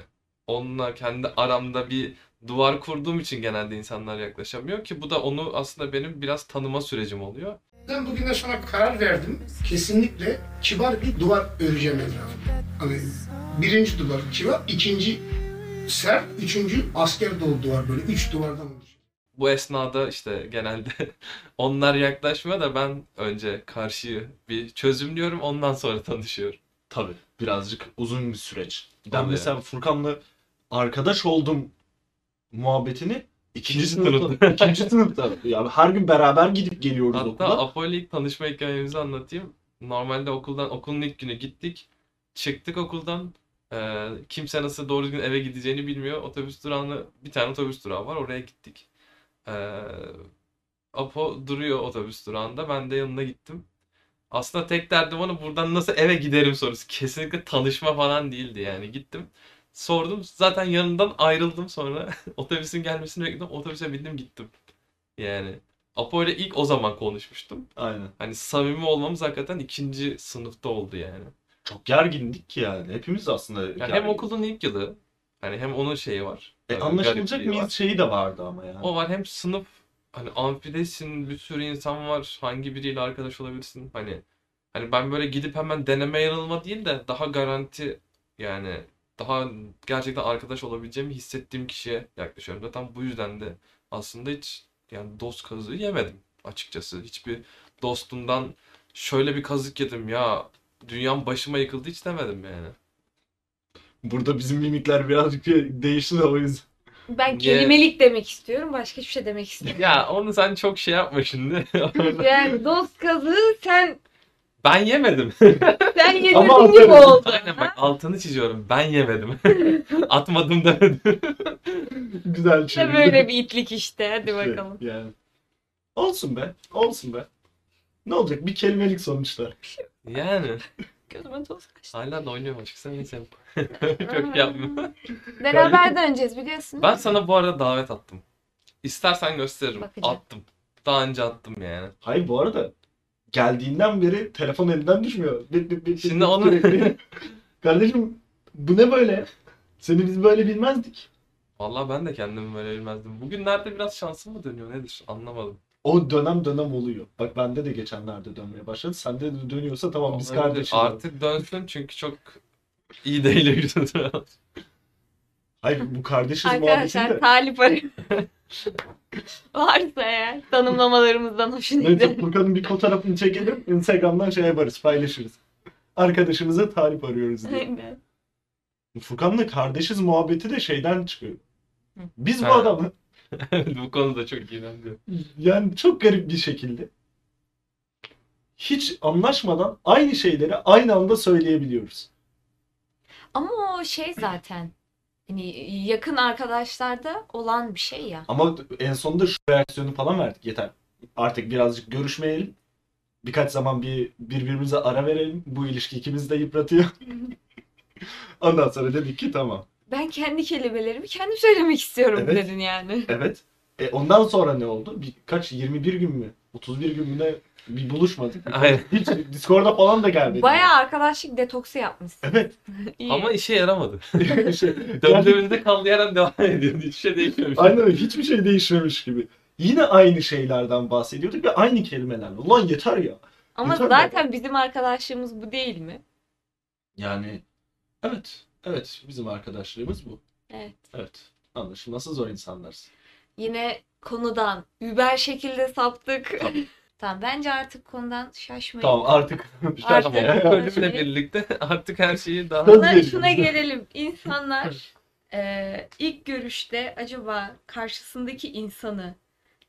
Speaker 4: onunla kendi aramda bir duvar kurduğum için genelde insanlar yaklaşamıyor ki bu da onu aslında benim biraz tanıma sürecim oluyor.
Speaker 5: Ben bugünden sonra karar verdim. Kesinlikle kibar bir duvar öreceğim etrafına. Hani birinci duvar kibar, ikinci sert, üçüncü asker dolu duvar böyle. Üç duvardan oluşuyor.
Speaker 4: Bu esnada işte genelde onlar yaklaşmıyor da ben önce karşıyı bir çözümlüyorum ondan sonra tanışıyorum.
Speaker 2: Tabii birazcık uzun bir süreç. Ben
Speaker 4: Tabii.
Speaker 2: mesela Furkan'la arkadaş oldum muhabbetini ikinci
Speaker 4: İkinci sınıfta.
Speaker 2: sınıfta. ikinci sınıfta. Ya her gün beraber gidip geliyoruz
Speaker 4: Hatta
Speaker 2: okula.
Speaker 4: Apollo ilk tanışma hikayemizi anlatayım. Normalde okuldan okulun ilk günü gittik. Çıktık okuldan. Ee, kimse nasıl doğru düzgün eve gideceğini bilmiyor. Otobüs durağını bir tane otobüs durağı var. Oraya gittik. Ee, Apo duruyor otobüs durağında. Ben de yanına gittim. Aslında tek derdim onu buradan nasıl eve giderim sorusu. Kesinlikle tanışma falan değildi yani. Gittim. Sordum. Zaten yanından ayrıldım sonra. Otobüsün gelmesini bekledim. Otobüse bindim gittim. Yani. Apo ile ilk o zaman konuşmuştum.
Speaker 2: Aynen.
Speaker 4: Hani samimi olmamız hakikaten ikinci sınıfta oldu yani.
Speaker 2: Çok gergindik ki yani. Hepimiz aslında
Speaker 4: Yani hem
Speaker 2: gergin.
Speaker 4: okulun ilk yılı. Hani hem onun şeyi var.
Speaker 2: E,
Speaker 4: Tabii
Speaker 2: anlaşılacak
Speaker 4: garipliği
Speaker 2: mıyız
Speaker 4: var.
Speaker 2: şeyi de vardı ama yani.
Speaker 4: O var hem sınıf hani amfidesin bir sürü insan var. Hangi biriyle arkadaş olabilirsin? Hani hani ben böyle gidip hemen deneme yanılma değil de daha garanti yani daha gerçekten arkadaş olabileceğimi hissettiğim kişiye yaklaşıyorum. Zaten bu yüzden de aslında hiç yani dost kazığı yemedim açıkçası. Hiçbir dostumdan şöyle bir kazık yedim ya dünyam başıma yıkıldı hiç demedim yani.
Speaker 2: Burada bizim mimikler birazcık değişti de o yüzden.
Speaker 1: Ben
Speaker 4: Ye-
Speaker 1: kelimelik demek istiyorum. Başka hiçbir şey demek istemiyorum.
Speaker 4: Ya onu sen çok şey yapma şimdi.
Speaker 1: yani dost kazığı sen
Speaker 4: Ben yemedim.
Speaker 1: sen yedirdin
Speaker 2: Ama
Speaker 1: gibi
Speaker 2: aferin.
Speaker 1: oldu.
Speaker 4: Aynen bak altını çiziyorum. Ben yemedim. Atmadım demedim.
Speaker 2: Güzel
Speaker 1: İşte
Speaker 2: çevirdi.
Speaker 1: böyle bir itlik işte. Hadi
Speaker 2: İşte,
Speaker 1: bakalım.
Speaker 2: Yani. Olsun be. Olsun be. Ne olacak? Bir kelimelik sonuçta.
Speaker 4: Yani
Speaker 1: Gözüme toz kaçtı.
Speaker 4: hala da oynuyorum açıkçası neyse.
Speaker 1: Hmm.
Speaker 4: Çok yapmıyorum.
Speaker 1: Beraber döneceğiz biliyorsun.
Speaker 4: Ben sana bu arada davet attım. İstersen gösteririm.
Speaker 1: Bakacağım.
Speaker 4: Attım. Daha önce attım yani.
Speaker 2: Hayır bu arada geldiğinden beri telefon elinden düşmüyor. Bip, bip, bip,
Speaker 4: Şimdi
Speaker 2: bip,
Speaker 4: onu-
Speaker 2: sürekli. Kardeşim bu ne böyle? Seni biz böyle bilmezdik.
Speaker 4: Vallahi ben de kendimi böyle bilmezdim. Bugünlerde biraz şansım mı dönüyor nedir anlamadım.
Speaker 2: O dönem dönem oluyor. Bak bende de geçenlerde dönmeye başladı. Sende de dönüyorsa tamam biz
Speaker 4: Olabilir.
Speaker 2: kardeşiz.
Speaker 4: Artık dönsün çünkü çok İyi değil yürüdü.
Speaker 2: Hayır bu kardeşiz
Speaker 1: Arkadaşlar
Speaker 2: muhabbetinde.
Speaker 1: talip arıyor. Varsa eğer tanımlamalarımızdan hoşuna
Speaker 2: Neyse
Speaker 1: gider.
Speaker 2: Furkan'ın bir fotoğrafını çekelim. Instagram'dan şey yaparız paylaşırız. Arkadaşımıza tarif arıyoruz diye.
Speaker 1: Aynen.
Speaker 2: Furkan'la kardeşiz muhabbeti de şeyden çıkıyor. Biz bu
Speaker 4: Ha.
Speaker 2: adamı
Speaker 4: Bu konuda çok iyi bence.
Speaker 2: yani çok garip bir şekilde hiç anlaşmadan aynı şeyleri aynı anda söyleyebiliyoruz.
Speaker 1: Ama o şey zaten hani yakın arkadaşlarda olan bir şey ya.
Speaker 2: Ama en sonunda şu reaksiyonu falan verdik. Yeter. Artık birazcık görüşmeyelim. Birkaç zaman bir birbirimize ara verelim. Bu ilişki ikimizi de yıpratıyor. Ondan sonra dedik ki tamam.
Speaker 1: Ben kendi kelimelerimi kendim söylemek istiyorum
Speaker 2: Evet.
Speaker 1: dedin yani.
Speaker 2: Evet. E ondan sonra ne oldu? Birkaç 21 gün mü? 31 gün mü ne? Bir buluşmadık.
Speaker 4: Aynen.
Speaker 2: Hiç Discord'a falan da gelmedi.
Speaker 1: Bayağı arkadaşlık detoksu yapmışsın.
Speaker 2: Evet.
Speaker 1: İyi.
Speaker 4: Ama işe yaramadı.
Speaker 2: Şey,
Speaker 4: Döndüğümüzde kaldığı yerden devam ediyordu. Hiçbir şey değişmemiş.
Speaker 2: Aynen öyle. Hiçbir şey değişmemiş gibi. Yine aynı şeylerden bahsediyorduk ve aynı kelimelerle. Ulan yeter ya.
Speaker 1: Ama
Speaker 2: Yeter mi?
Speaker 1: zaten bizim arkadaşlığımız bu değil mi?
Speaker 2: Yani evet. Evet. Bizim arkadaşlığımız bu.
Speaker 1: Evet.
Speaker 2: Evet. Anlaşılması zor insanlar.
Speaker 1: Yine konudan über şekilde saptık. tamam bence artık konudan şaşmayın.
Speaker 2: Tamam artık. şey
Speaker 1: Artık.
Speaker 4: Ama bu bölümle birlikte artık her şeyi daha
Speaker 2: Söz
Speaker 1: Buna,
Speaker 2: veriyorum.
Speaker 1: şuna gelelim. İnsanlar eee, ilk görüşte acaba karşısındaki insanı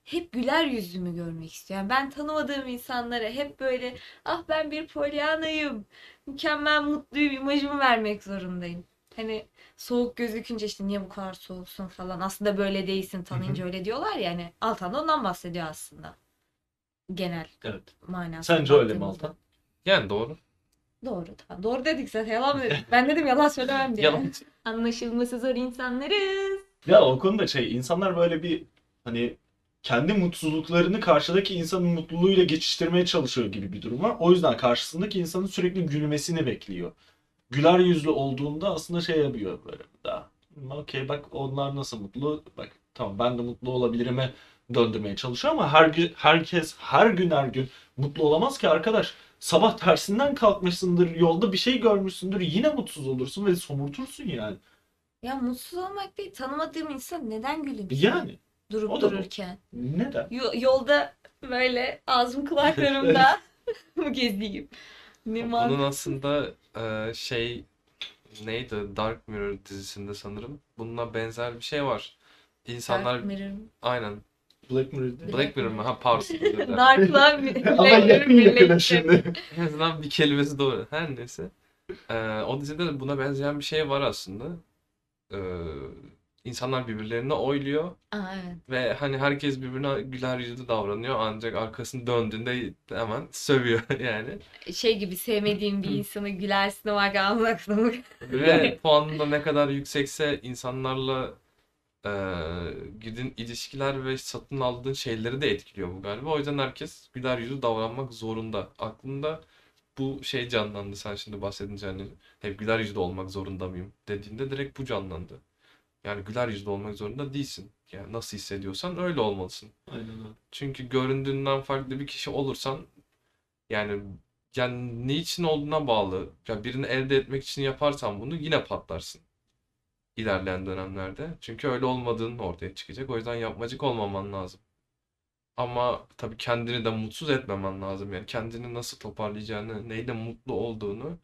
Speaker 1: hep güler yüzümü görmek istiyor. Yani ben tanımadığım insanlara hep böyle ah ben bir polyanayım, mükemmel mutluyum imajımı vermek zorundayım. Hani soğuk gözükünce işte niye bu kadar soğuksun falan. Aslında böyle değilsin tanıyınca öyle diyorlar ya. Hani Altan da ondan bahsediyor aslında. Genel
Speaker 2: Evet.
Speaker 1: manası.
Speaker 2: Sence öyle mi Altan?
Speaker 4: Yani doğru.
Speaker 1: Doğru tamam. Doğru dedik zaten. Yalan mı dedik? Ben dedim yalan söylemem diye.
Speaker 4: Yalan.
Speaker 1: Anlaşılması zor insanlarız.
Speaker 2: Ya o konuda şey insanlar böyle bir hani kendi mutsuzluklarını karşıdaki insanın mutluluğuyla geçiştirmeye çalışıyor gibi bir durum var. O yüzden karşısındaki insanın sürekli gülmesini bekliyor. Güler yüzlü olduğunda aslında şey yapıyor böyle daha. "Hmm, Okey bak onlar nasıl mutlu? Bak tamam ben de mutlu olabilirime döndürmeye çalışıyor ama her gün herkes her gün her gün mutlu olamaz ki arkadaş. Sabah tersinden kalkmışsındır, yolda bir şey görmüşsündür, yine mutsuz olursun ve somurtursun yani.
Speaker 1: Ya mutsuz olmak değil. Tanımadığım insan neden güleyim?
Speaker 2: Yani
Speaker 1: Durup
Speaker 2: o da bu.
Speaker 1: dururken.
Speaker 2: neden?
Speaker 1: Yo- yolda böyle ağzım kulaklarımda gezeyim. Ne
Speaker 4: Bunun
Speaker 1: mantık-
Speaker 4: aslında e, şey neydi Dark Mirror dizisinde sanırım. Bununla benzer bir şey var. İnsanlar
Speaker 1: Dark Mirror'ın-
Speaker 4: aynen
Speaker 2: Black Mirror'da
Speaker 4: Black Mirror mu? Ha pardon. En
Speaker 1: Dark'la bir-
Speaker 2: Ama yakın
Speaker 1: birlikte.
Speaker 2: yakına şimdi.
Speaker 4: azından bir kelimesi doğru. Her neyse. E, o dizide de buna benzeyen bir şey var aslında. E, insanlar birbirlerini oyluyor
Speaker 1: Aa, evet.
Speaker 4: ve hani herkes birbirine güler yüzlü davranıyor ancak arkasını döndüğünde hemen sövüyor yani.
Speaker 1: Şey gibi sevmediğin bir insana gülersin ama ağzına kulağına-
Speaker 4: Ve puanın da ne kadar yüksekse insanlarla e, gidin ilişkiler ve satın aldığın şeyleri de etkiliyor bu galiba. O yüzden herkes güler yüzlü davranmak zorunda. Aklımda bu şey canlandı sen şimdi bahsedince hani hep güler yüzlü olmak zorunda mıyım dediğinde direkt bu canlandı. Yani güler yüzlü olmak zorunda değilsin. Yani nasıl hissediyorsan öyle olmalısın.
Speaker 2: Aynen öyle.
Speaker 4: Çünkü göründüğünden farklı bir kişi olursan yani yani niçin olduğuna bağlı. Ya birini elde etmek için yaparsan bunu yine patlarsın ilerleyen dönemlerde. Çünkü öyle olmadığın ortaya çıkacak. O yüzden yapmacık olmaman lazım. Ama tabii kendini de mutsuz etmemen lazım. Yani kendini nasıl toparlayacağını, neyle mutlu olduğunu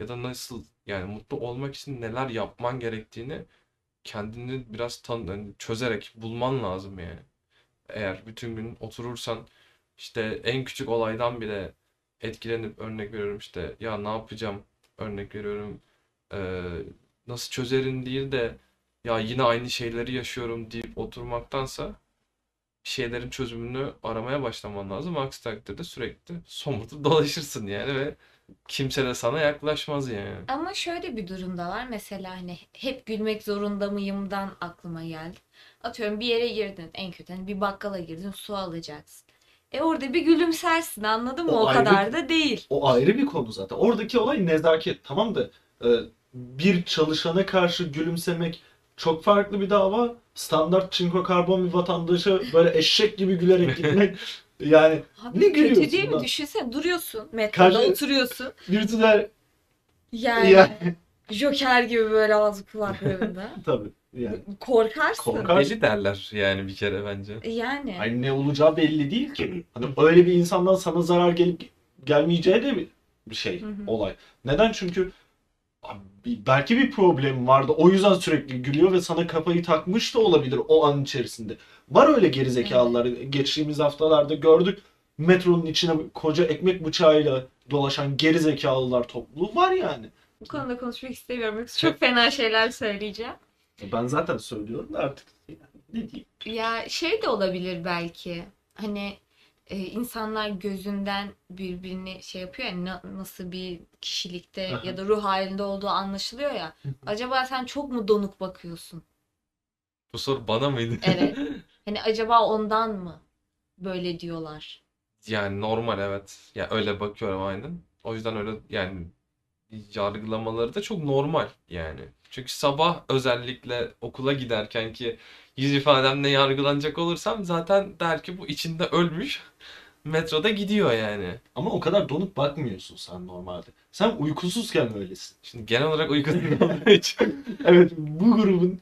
Speaker 4: ya da nasıl yani mutlu olmak için neler yapman gerektiğini kendini biraz tan hani çözerek bulman lazım yani. Eğer bütün gün oturursan işte en küçük olaydan bile etkilenip örnek veriyorum işte ya ne yapacağım örnek veriyorum eee, nasıl çözerim değil de ya yine aynı şeyleri yaşıyorum deyip oturmaktansa bir şeylerin çözümünü aramaya başlaman lazım. Aksi takdirde sürekli somurtup dolaşırsın yani ve kimse de sana yaklaşmaz yani.
Speaker 1: Ama şöyle bir durumda var. Mesela hani hep gülmek zorunda mıyımdan aklıma geldi. Atıyorum bir yere girdin en kötü. hani bir bakkala girdin su alacaksın. E orada bir gülümsersin anladın mı?
Speaker 2: O
Speaker 1: O,
Speaker 2: ayrı-
Speaker 1: kadar da değil.
Speaker 2: O ayrı bir konu zaten. Oradaki olay nezaket. Tamam da e, bir çalışana karşı gülümsemek çok farklı bir dava. Standart çinko karbon bir vatandaşa böyle eşek gibi gülerek gitmek yani
Speaker 1: Abi
Speaker 2: Ne gülüyorsun
Speaker 1: kötü değil
Speaker 2: lan?
Speaker 1: mi? Düşünsene duruyorsun metroda
Speaker 2: Karşı-
Speaker 1: oturuyorsun.
Speaker 2: bir tüzel
Speaker 1: Yani
Speaker 2: yani
Speaker 1: Joker gibi böyle ağzı kulaklarında.
Speaker 2: Tabii. Yani.
Speaker 1: Korkarsın. E,
Speaker 2: Korkar.
Speaker 4: Deli derler yani bir kere bence.
Speaker 1: Yani.
Speaker 2: Ay ne olacağı belli değil ki. Hani öyle bir insandan sana zarar gelip gelmeyeceği de bir- bir şey,
Speaker 1: Hı hı.
Speaker 2: olay. Neden? Çünkü abi, belki bir problem vardı. O yüzden sürekli gülüyor ve sana kafayı takmış da olabilir o an içerisinde. Var öyle gerizekalılar. Geçtiğimiz haftalarda gördük. Metronun içine koca ekmek bıçağıyla dolaşan gerizekalılar topluluğu var yani.
Speaker 1: Bu konuda konuşmak istemiyorum. Yoksa
Speaker 2: Şey-
Speaker 1: çok fena şeyler söyleyeceğim.
Speaker 2: E Ben zaten söylüyorum da artık yani ne diyeyim.
Speaker 1: Ya şey de olabilir belki. Hani e, insanlar gözünden birbirini şey yapıyor ya na- nasıl bir kişilikte
Speaker 2: Aha.
Speaker 1: ya da ruh halinde olduğu anlaşılıyor ya. Acaba sen çok mu donuk bakıyorsun?
Speaker 4: Bu soru bana mıydı?
Speaker 1: Evet. Hani acaba ondan mı böyle diyorlar?
Speaker 4: Yani normal evet. Ya öyle bakıyorum aynen. O yüzden öyle yani yargılamaları da çok normal yani. Çünkü sabah özellikle okula giderken ki yüz ifademle yargılanacak olursam zaten der ki bu içinde ölmüş. Metroda gidiyor yani.
Speaker 2: Ama o kadar donup bakmıyorsun sen normalde. Sen uykusuzken öylesin.
Speaker 4: Şimdi genel olarak uykusuz olduğu için
Speaker 2: Evet bu grubun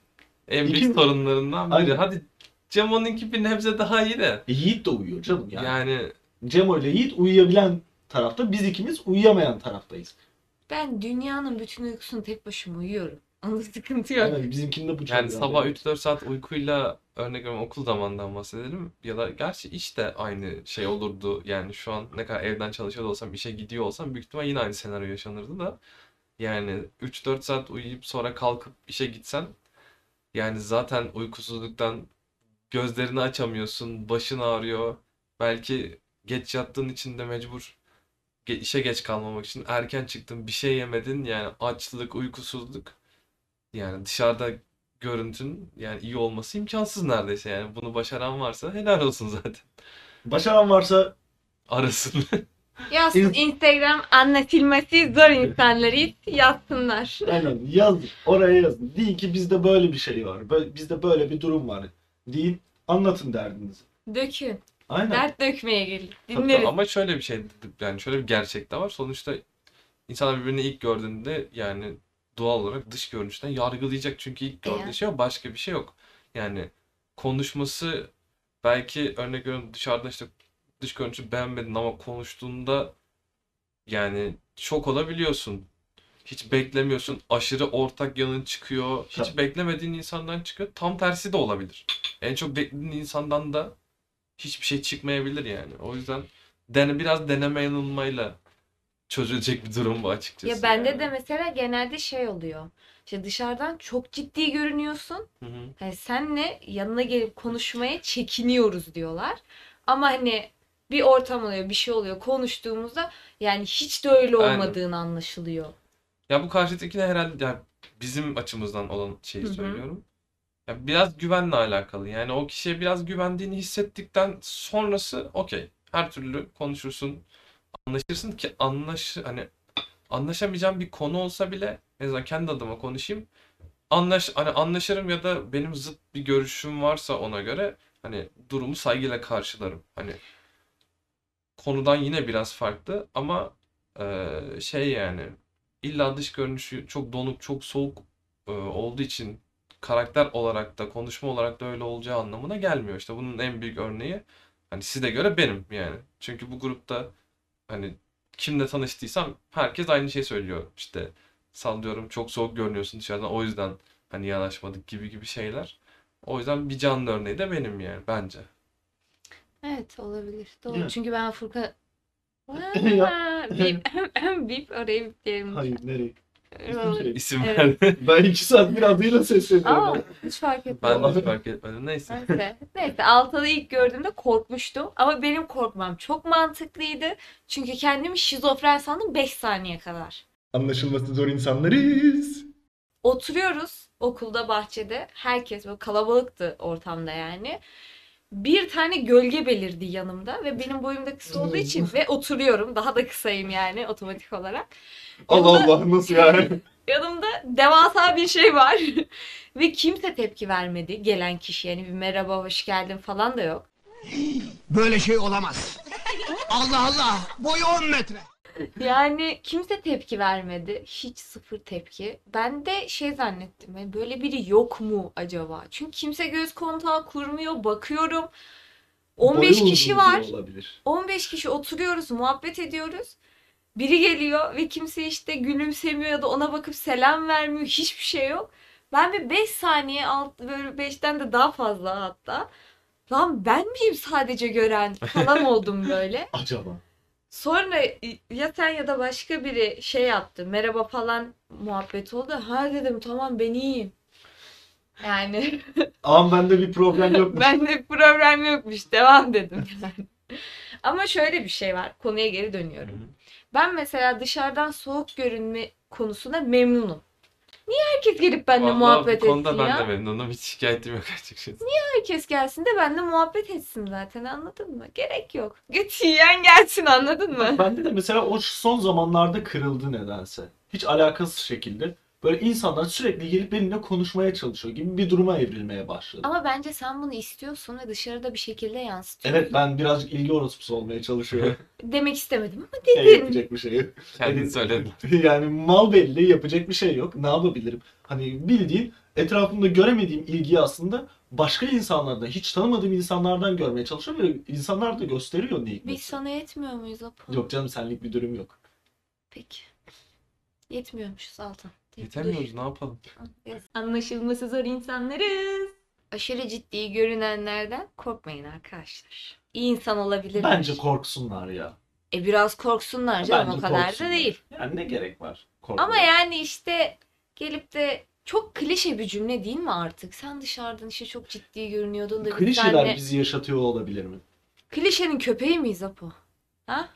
Speaker 4: en büyük
Speaker 2: İki-
Speaker 4: sorunlarından biri.
Speaker 2: Aynen.
Speaker 4: Hadi Cem onunki bir nebze daha iyi de.
Speaker 2: E, Yiğit de uyuyor canım yani.
Speaker 4: Yani
Speaker 2: Cemo ile Yiğit uyuyabilen tarafta biz ikimiz uyuyamayan taraftayız.
Speaker 1: Ben dünyanın bütün uykusunu tek başıma uyuyorum. Onda sıkıntı yok.
Speaker 2: Yani bizimkinde bu çok
Speaker 4: Yani
Speaker 2: yani.
Speaker 4: sabah 3-4 saat uykuyla örnek veriyorum okul zamanından bahsedelim. Ya da gerçi iş de aynı şey olurdu. Yani şu an ne kadar evden çalışıyor da olsam, işe gidiyor olsam büyük ihtimal yine aynı senaryo yaşanırdı da. Yani 3-4 saat uyuyup sonra kalkıp işe gitsen yani zaten uykusuzluktan gözlerini açamıyorsun, başın ağrıyor. Belki geç yattığın için de mecbur ge- işe geç kalmamak için erken çıktın, bir şey yemedin. Yani açlık, uykusuzluk. Yani dışarıda görüntün yani iyi olması imkansız neredeyse yani bunu başaran varsa helal olsun zaten
Speaker 2: Başaran varsa
Speaker 4: arasın
Speaker 1: Yazsın Instagram anlatilmesi zor insanlarıyız. Yazsınlar.
Speaker 2: aynen yazın. Oraya yazın. Deyin ki bizde böyle bir şey var. Böyle, bizde böyle bir durum var. Deyin anlatın derdinizi.
Speaker 1: Dökün.
Speaker 2: Aynen.
Speaker 1: Dert dökmeye gelin. Dinleriz.
Speaker 4: ama şöyle bir şey yani şöyle bir gerçek de var sonuçta insanlar birbirini ilk gördüğünde yani doğal olarak dış görünüşten yargılayacak çünkü ilk
Speaker 1: E ya.
Speaker 4: gördüğü şey o başka bir şey yok yani konuşması belki örnek veriyorum dışarıda işte dış görünüşü beğenmedin ama konuştuğunda yani şok olabiliyorsun. Hiç beklemiyorsun. Aşırı ortak yanın çıkıyor. Hiç
Speaker 2: Tabii.
Speaker 4: beklemediğin insandan çıkıyor. Tam tersi de olabilir. En çok beklediğin insandan da hiçbir şey çıkmayabilir yani. O yüzden dene biraz deneme yanılmayla çözülecek bir durum bu açıkçası.
Speaker 1: Ya bende
Speaker 4: yani.
Speaker 1: de mesela genelde şey oluyor. İşte dışarıdan çok ciddi görünüyorsun.
Speaker 4: Hı hı.
Speaker 1: Hani senle yanına gelip konuşmaya çekiniyoruz diyorlar. Ama hani bir ortam oluyor, bir şey oluyor. Konuştuğumuzda yani hiç de öyle
Speaker 4: Aynen.
Speaker 1: olmadığın anlaşılıyor.
Speaker 4: Ya bu karşıdakine herhalde ya bizim açımızdan olan şeyi
Speaker 1: Hı hı.
Speaker 4: söylüyorum. Ya biraz güvenle alakalı. Yani o kişiye biraz güvendiğini hissettikten sonrası okey. Her türlü konuşursun, anlaşırsın ki anlaş hani anlaşamayacağım bir konu olsa bile en azından kendi adıma konuşayım. Anlaş hani anlaşırım ya da benim zıt bir görüşüm varsa ona göre hani durumu saygıyla karşılarım. Hani konudan yine biraz farklı ama eee, şey yani İlla dış görünüşü çok donuk, çok soğuk e, olduğu için karakter olarak da konuşma olarak da öyle olacağı anlamına gelmiyor. İşte bunun en büyük örneği hani size göre benim yani. Çünkü bu grupta hani kimle tanıştıysam herkes aynı şeyi söylüyor. İşte sallıyorum çok soğuk görünüyorsun dışarıdan o yüzden hani yanaşmadık gibi gibi şeyler. O yüzden bir canlı örneği de benim yani bence.
Speaker 1: Evet olabilir. Doğru.
Speaker 2: Evet.
Speaker 1: Çünkü ben Furkan...
Speaker 2: Ya.
Speaker 1: Bip, bip orayı bipleyelim.
Speaker 2: Hayır nereye? Kimseye-
Speaker 4: İsim
Speaker 1: Evet.
Speaker 4: verdi.
Speaker 2: Ben iki saattir adıyla
Speaker 1: Aa,
Speaker 2: sesleniyorum.
Speaker 1: hiç fark etmedim.
Speaker 4: Ben de hiç fark etmedim. Neyse.
Speaker 1: Neyse. Neyse Altan'ı ilk gördüğümde korkmuştum. Ama benim korkmam çok mantıklıydı. Çünkü kendimi şizofren sandım 5 saniye kadar.
Speaker 2: Anlaşılması zor insanlarız.
Speaker 1: Oturuyoruz okulda bahçede. Herkes böyle kalabalıktı ortamda yani. Bir tane gölge belirdi yanımda ve benim boyum da kısa olduğu için ve oturuyorum. Daha da kısayım yani otomatik olarak.
Speaker 2: Allah Allah nasıl yani?
Speaker 1: Yanımda devasa bir şey var. ve kimse tepki vermedi gelen kişi. Yani bir merhaba hoş geldin falan da yok.
Speaker 6: Böyle şey olamaz. Allah Allah, boyu 10 metre.
Speaker 1: Yani kimse tepki vermedi. Hiç sıfır tepki. Ben de şey zannettim. yani Böyle biri yok mu acaba? Çünkü kimse göz kontağı kurmuyor. Bakıyorum. 15
Speaker 2: Boyu
Speaker 1: kişi
Speaker 2: uzun bile
Speaker 1: var.
Speaker 2: Olabilir.
Speaker 1: 15 kişi oturuyoruz, muhabbet ediyoruz. Biri geliyor ve kimse işte gülümsemiyor ya da ona bakıp selam vermiyor. Hiçbir şey yok. Ben bir 5 saniye alt böyle 5'ten de daha fazla hatta. Lan ben miyim sadece gören falan oldum böyle.
Speaker 2: Acaba.
Speaker 1: Sonra ya sen ya da başka biri şey yaptı. Merhaba falan muhabbet oldu. Ha dedim tamam ben iyiyim. Yani
Speaker 2: Ama bende bir problem yok.
Speaker 1: ben de problem yokmuş. Devam dedim yani. Ama şöyle bir şey var. Konuya geri dönüyorum. Ben mesela dışarıdan soğuk görünme konusunda memnunum. Niye herkes gelip benimle
Speaker 4: Vallahi
Speaker 1: muhabbet
Speaker 4: bu
Speaker 1: etsin
Speaker 4: konuda ben de
Speaker 1: ya?
Speaker 4: memnunum. Hiç şikayetim yok açıkçası.
Speaker 1: Herkes gelsin de benimle muhabbet etsin zaten anladın mı? Gerek yok. Göt yiyen gelsin anladın mı?
Speaker 2: Bende de mesela o son zamanlarda kırıldı nedense. Hiç alakasız şekilde. Böyle insanlar sürekli gelip benimle konuşmaya çalışıyor gibi bir duruma evrilmeye başladı.
Speaker 1: Ama bence sen bunu istiyorsun ve dışarıda bir şekilde yansıtıyorsun.
Speaker 2: Evet ben birazcık ilgi orospusu olmaya çalışıyorum.
Speaker 1: Demek istemedim ama
Speaker 2: Yani
Speaker 1: dedin.
Speaker 2: yapacak bir şey yok.
Speaker 4: Kendin
Speaker 2: Evet.
Speaker 4: söyledin.
Speaker 2: Yani mal belli yapacak bir şey yok. Ne yapabilirim? Hani bildiğin etrafımda göremediğim ilgiyi aslında başka insanlardan, hiç tanımadığım insanlardan görmeye çalışıyorum ve insanlar da gösteriyor ne
Speaker 1: Biz
Speaker 2: ilgisi.
Speaker 1: sana yetmiyor muyuz Apo?
Speaker 2: Yok canım senlik bir durum yok.
Speaker 1: Peki. Yetmiyormuşuz Altan.
Speaker 4: Yetemiyoruz ne yapalım.
Speaker 1: Anlaşılması zor insanlarız. Aşırı ciddi görünenlerden korkmayın arkadaşlar. İyi insan olabilirler.
Speaker 2: Bence korksunlar ya.
Speaker 1: E biraz korksunlar canım
Speaker 2: Bence
Speaker 1: o kadar
Speaker 2: korksunlar.
Speaker 1: da değil.
Speaker 2: Yani ne gerek var? korkmaya?
Speaker 1: Ama yani işte gelip de çok klişe bir cümle değil mi artık? Sen dışarıdan işte çok ciddi görünüyordun da biz
Speaker 2: Klişeler
Speaker 1: seninle...
Speaker 2: bizi yaşatıyor olabilir mi?
Speaker 1: Klişenin köpeği miyiz Apo? Ha?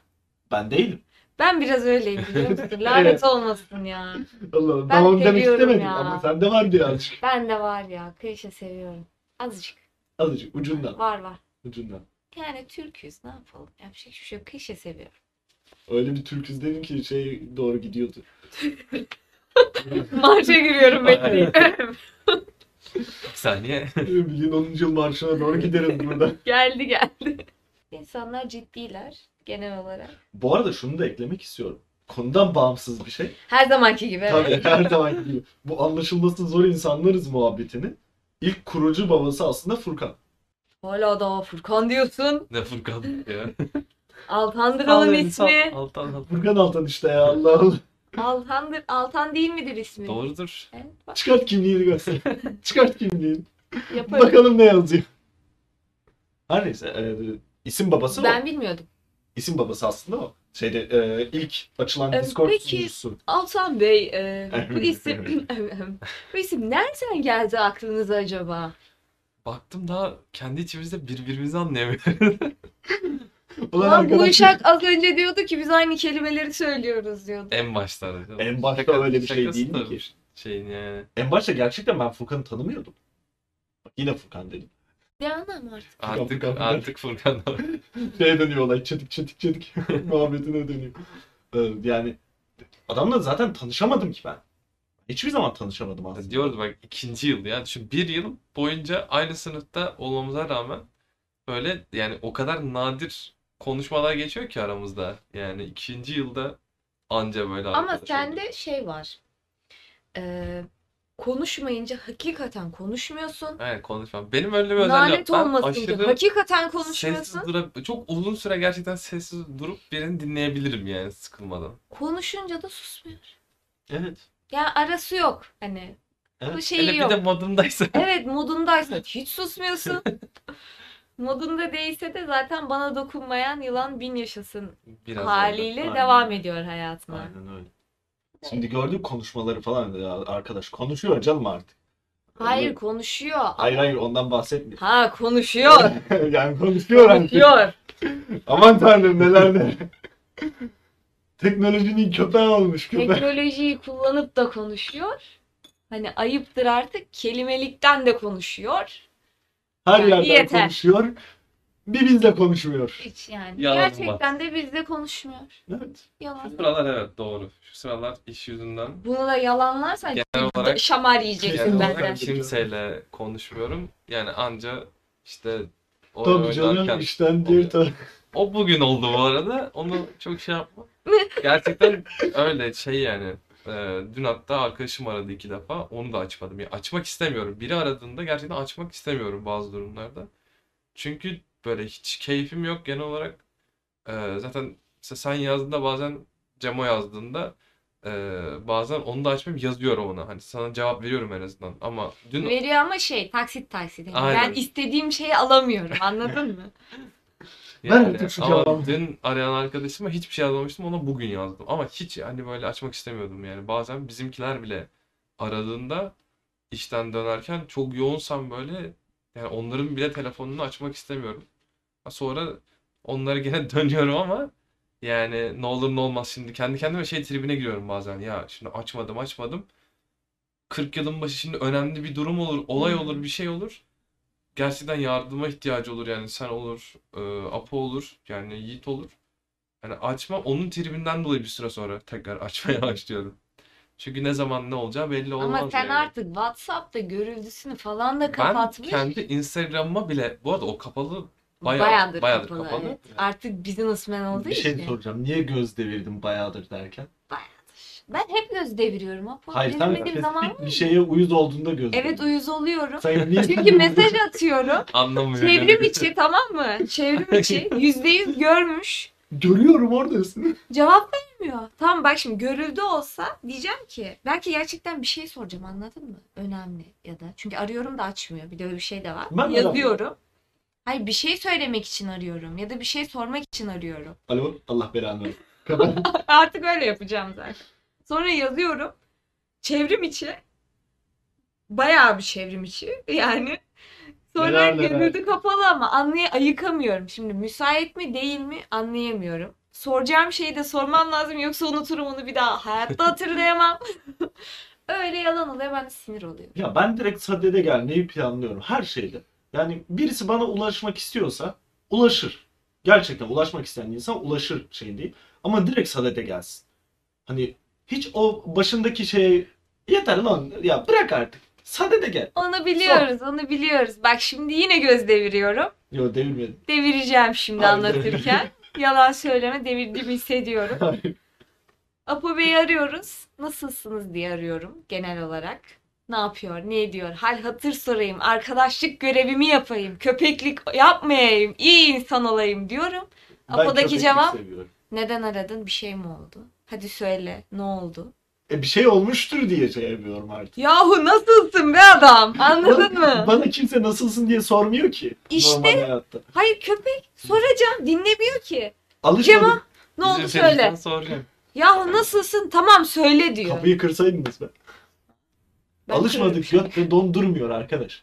Speaker 2: Ben değilim.
Speaker 1: Ben biraz öyleyim biliyor musun? Lanet
Speaker 2: Evet.
Speaker 1: olmasın ya.
Speaker 2: Allah
Speaker 1: Ben
Speaker 2: Allah. Ben onu demek
Speaker 1: seviyorum
Speaker 2: istemedim
Speaker 1: ya.
Speaker 2: ama sende var birazcık.
Speaker 1: Ben de var ya klişe seviyorum. Azıcık.
Speaker 2: Azıcık ucundan.
Speaker 1: Var var.
Speaker 2: Ucundan.
Speaker 1: Yani Türk'üz ne yapalım? Yapacak hiçbir şey yok. Klişe seviyorum.
Speaker 2: Öyle bir türküz dedim ki şey doğru gidiyordu.
Speaker 1: Marşa giriyorum bekleyin.
Speaker 4: Bir saniye.
Speaker 2: Bilin 10. Ee, yıl marşına doğru gideriz buradan.
Speaker 1: geldi geldi. İnsanlar ciddiler genel olarak.
Speaker 2: Bu arada şunu da eklemek istiyorum. Konudan bağımsız bir şey.
Speaker 1: Her zamanki gibi evet.
Speaker 2: Tabii her zaman gibi. Bu anlaşılması zor insanlarız muhabbetini. İlk kurucu babası aslında Furkan.
Speaker 1: Hala daha Furkan diyorsun.
Speaker 4: Ne Furkan ya.
Speaker 1: Altandır
Speaker 4: Al
Speaker 1: oğlum
Speaker 4: elini sal.
Speaker 1: ismi.
Speaker 4: Altan al.
Speaker 2: Furkan Altan işte ya Allah Allah.
Speaker 1: Altandır. Altan değil midir ismi?
Speaker 4: Doğrudur.
Speaker 1: Evet, bak,
Speaker 2: Çıkart kimliğini göster. Çıkart kimliğini.
Speaker 1: yaparım.
Speaker 2: Bakalım ne yazıyor. Her neyse. e, isim babası o.
Speaker 1: Ben bilmiyordum.
Speaker 2: İsim babası aslında o. Şeyde e, ilk açılan
Speaker 1: E,
Speaker 2: Discord
Speaker 1: peki-
Speaker 2: sunucusu.
Speaker 1: Altan Bey, e, bu isim bu isim nereden geldi aklınıza acaba?
Speaker 4: Baktım daha kendi içimizde birbirimizi anlayamıyoruz.
Speaker 2: Ulan
Speaker 1: Lan bu
Speaker 2: arkadaş,
Speaker 1: uşak az önce diyordu ki biz aynı kelimeleri söylüyoruz diyordu.
Speaker 4: en başlarda.
Speaker 2: En başta
Speaker 4: Şaka-
Speaker 2: öyle bir şey
Speaker 4: şakası
Speaker 2: değildi
Speaker 4: tabii
Speaker 2: ki.
Speaker 4: Şeyin yani.
Speaker 2: En başta gerçekten ben Furkan'ı tanımıyordum. Bak Yine Furkan dedim.
Speaker 1: Ne anlam artık?
Speaker 4: Artık
Speaker 2: Furkan, Furkan.
Speaker 4: artık Furkan.
Speaker 2: Şeye dönüyor olay çetik çetik çetik muhabbetine dönüyor. Ee, yani adamla zaten tanışamadım ki ben. Hiçbir zaman tanışamadım aslında.
Speaker 4: Diyordu bak ikinci yıl ya. Şu bir yıl boyunca aynı sınıfta olmamıza rağmen böyle yani o kadar nadir konuşmalar geçiyor ki aramızda. Yani ikinci yılda anca böyle
Speaker 1: Ama
Speaker 4: arkadaş olduk.
Speaker 1: sende şey var. Ee, konuşmayınca hakikaten konuşmuyorsun.
Speaker 4: Evet konuşmam. Benim öyle bir özelliğim.
Speaker 1: Lanet
Speaker 4: Ben
Speaker 1: olmasın ki.
Speaker 4: aşırı
Speaker 1: Hakikaten konuşmuyorsun.
Speaker 4: sessiz durup çok uzun süre gerçekten sessiz durup birini dinleyebilirim yani sıkılmadan.
Speaker 1: Konuşunca da susmuyor.
Speaker 2: Evet.
Speaker 1: Yani arası yok. Hani
Speaker 2: Evet.
Speaker 1: bu
Speaker 4: Hele
Speaker 1: şeyi
Speaker 4: bir
Speaker 1: yok.
Speaker 4: de modumdaysa.
Speaker 1: Evet modundaysa hiç susmuyorsun. Modunda değilse de zaten bana dokunmayan yılan bin yaşasın
Speaker 4: Biraz öyle.
Speaker 1: haliyle
Speaker 2: Aynen.
Speaker 1: devam ediyor hayatına.
Speaker 2: Aynen öyle. Şimdi gördük konuşmaları falan ya arkadaş konuşuyor canım artık.
Speaker 1: Hayır
Speaker 2: Öyle-
Speaker 1: konuşuyor.
Speaker 2: Hayır hayır ondan bahsetmiyorum.
Speaker 1: Ha konuşuyor.
Speaker 2: yani konuşuyor artık.
Speaker 1: konuşuyor.
Speaker 2: Aman tanrım neler neler. Teknolojinin köpeği olmuş köpeği.
Speaker 1: teknolojiyi kullanıp da konuşuyor. Hani ayıptır artık kelimelikten de konuşuyor.
Speaker 2: Her
Speaker 1: Yani
Speaker 2: yerden
Speaker 1: yeter.
Speaker 2: konuşuyor. Bir bizle konuşmuyor.
Speaker 1: Hiç yani.
Speaker 4: Yalan
Speaker 1: Gerçekten de bizde konuşmuyor.
Speaker 2: Evet.
Speaker 4: Şu
Speaker 1: Yalan.
Speaker 4: sıralar evet doğru. Şu sıralar iş yüzünden
Speaker 1: Bunu da yalanlarsan
Speaker 4: genel olarak
Speaker 1: şamar
Speaker 4: genel
Speaker 1: yiyeceksin
Speaker 2: Kesinlikle.
Speaker 1: benden.
Speaker 4: olarak kimseyle konuşmuyorum. Yani anca işte o
Speaker 2: Tabii canım
Speaker 4: oynarken-
Speaker 2: işten diğer
Speaker 4: O bugün oldu bu arada. Onu çok şey yapma.
Speaker 1: Ne?
Speaker 4: Gerçekten öyle şey yani. Ee, dün hatta arkadaşım aradı iki defa. Onu da açmadım. Yani açmak istemiyorum. Biri aradığında gerçekten açmak istemiyorum bazı durumlarda. Çünkü böyle hiç keyfim yok genel olarak. Ee, zaten mesela sen yazdığında bazen Cemo yazdığında ee, bazen onu da açmayıp yazıyorum ona. Hani sana cevap veriyorum en azından. Ama dün
Speaker 1: Veriyor ama şey taksit taksit. Yani
Speaker 4: Aynen.
Speaker 1: Ben istediğim şeyi alamıyorum anladın mı?
Speaker 4: Yani,
Speaker 2: Ver artık şu
Speaker 4: ama
Speaker 2: cevabı.
Speaker 4: dün arayan arkadaşıma hiçbir şey yazmamıştım ona bugün yazdım. Ama hiç hani böyle açmak istemiyordum yani. Bazen bizimkiler bile aradığında işten dönerken çok yoğunsam böyle yani onların bile telefonunu açmak istemiyorum. Ha, Sonra onlara gene dönüyorum ama yani ne olur ne olmaz şimdi kendi kendime şey tribine giriyorum bazen. Ya şimdi açmadım açmadım. 40 yılın başı şimdi önemli bir durum olur, olay
Speaker 1: Hmm.
Speaker 4: olur, bir şey olur. Gerçekten yardıma ihtiyacı olur yani sen olur, e, Apo olur, yani Yiğit olur. Yani açma onun tribinden dolayı bir süre sonra tekrar açmaya başlıyorum. Çünkü ne zaman ne olacağı belli olmaz
Speaker 1: ama sen
Speaker 4: yani.
Speaker 1: artık WhatsApp'ta görüldüsünü falan da
Speaker 4: Ben
Speaker 1: kapatmış.
Speaker 4: kendi Instagram'ıma bile bu arada o kapalı bayağı
Speaker 1: bayağıdır,
Speaker 4: bayağıdır
Speaker 1: kapalı.
Speaker 4: kapalı.
Speaker 1: evet. Artık businessman olduğu
Speaker 2: Bir şey
Speaker 1: için.
Speaker 2: soracağım. Niye göz devirdim bayağıdır derken?
Speaker 1: Ben hep göz deviriyorum. Apo.
Speaker 2: Hayır sen
Speaker 1: Devirmediğim zaman
Speaker 2: spesifik bir şeye uyuz olduğunda göz
Speaker 1: evet
Speaker 2: devirdin.
Speaker 1: uyuz oluyorum.
Speaker 2: Sen niye-
Speaker 1: Çünkü mesaj atıyorum.
Speaker 4: Anlamıyor.
Speaker 1: Çevrim
Speaker 4: yani.
Speaker 1: içi tamam mı? Çevrim içi yüzde yüz görmüş.
Speaker 2: Görüyorum oradasın.
Speaker 1: Cevap vermiyor. Tamam bak şimdi görüldü olsa diyeceğim ki belki gerçekten bir şey soracağım anladın mı? Önemli ya da. Çünkü arıyorum da açmıyor. Bir de öyle bir şey de var.
Speaker 2: Ben merak
Speaker 1: Yazıyorum. Hayır bir şey söylemek için arıyorum ya da bir şey sormak için arıyorum.
Speaker 2: Alo Allah belanı versin. Kapat.
Speaker 1: Artık öyle yapacağım zaten. Sonra yazıyorum. Çevrim içi. Bayağı bir çevrim içi. Yani sonra
Speaker 2: Neler neler.
Speaker 1: görüldü kapalı ama anlay ayıkamıyorum. Şimdi müsait mi değil mi anlayamıyorum. Soracağım şeyi de sormam lazım yoksa unuturum onu bir daha. Hayatta hatırlayamam. Öyle yalan oluyor ben de sinir oluyorum.
Speaker 2: Ya ben direkt sadede gelmeyi planlıyorum her şeyde. Yani birisi bana ulaşmak istiyorsa ulaşır. Gerçekten ulaşmak isteyen insan ulaşır şey değil. Ama direkt sadede gelsin. Hani hiç o başındaki şey yeter lan ya bırak artık. Sadede gel.
Speaker 1: Onu biliyoruz, onu biliyoruz. Bak şimdi yine göz deviriyorum.
Speaker 2: Yo devirmedim.
Speaker 1: Devireceğim şimdi
Speaker 2: Aynen.
Speaker 1: anlatırken. Yalan söyleme devirdiğimi hissediyorum. Apo Bey'i arıyoruz. Nasılsınız diye arıyorum genel olarak. Ne yapıyor, ne ediyor, hal hatır sorayım, arkadaşlık görevimi yapayım, köpeklik yapmayayım, iyi insan olayım diyorum.
Speaker 2: Ben
Speaker 1: Apodaki
Speaker 2: köpeklik
Speaker 1: cevap?
Speaker 2: seviyorum.
Speaker 1: Neden aradın, bir şey mi oldu? Hadi söyle, ne oldu?
Speaker 2: E bir şey olmuştur diye şey yapıyorum artık.
Speaker 1: Yahu nasılsın be adam, anladın
Speaker 2: Bana,
Speaker 1: mı?
Speaker 2: bana kimse nasılsın diye sormuyor ki.
Speaker 1: İşte.
Speaker 2: Normal hayatta.
Speaker 1: Hayır köpek, soracağım, dinlemiyor ki.
Speaker 2: Alışmadım.
Speaker 1: Cevap. Ne
Speaker 4: Bizim
Speaker 1: oldu
Speaker 4: seninle
Speaker 1: söyle.
Speaker 4: soracağım.
Speaker 1: Yahu nasılsın, tamam söyle diyor.
Speaker 2: Kapıyı kırsaydınız be.
Speaker 1: Ben kırıyorum
Speaker 2: Alışmadık
Speaker 1: şimdi.
Speaker 2: göt ve don durmuyor arkadaş.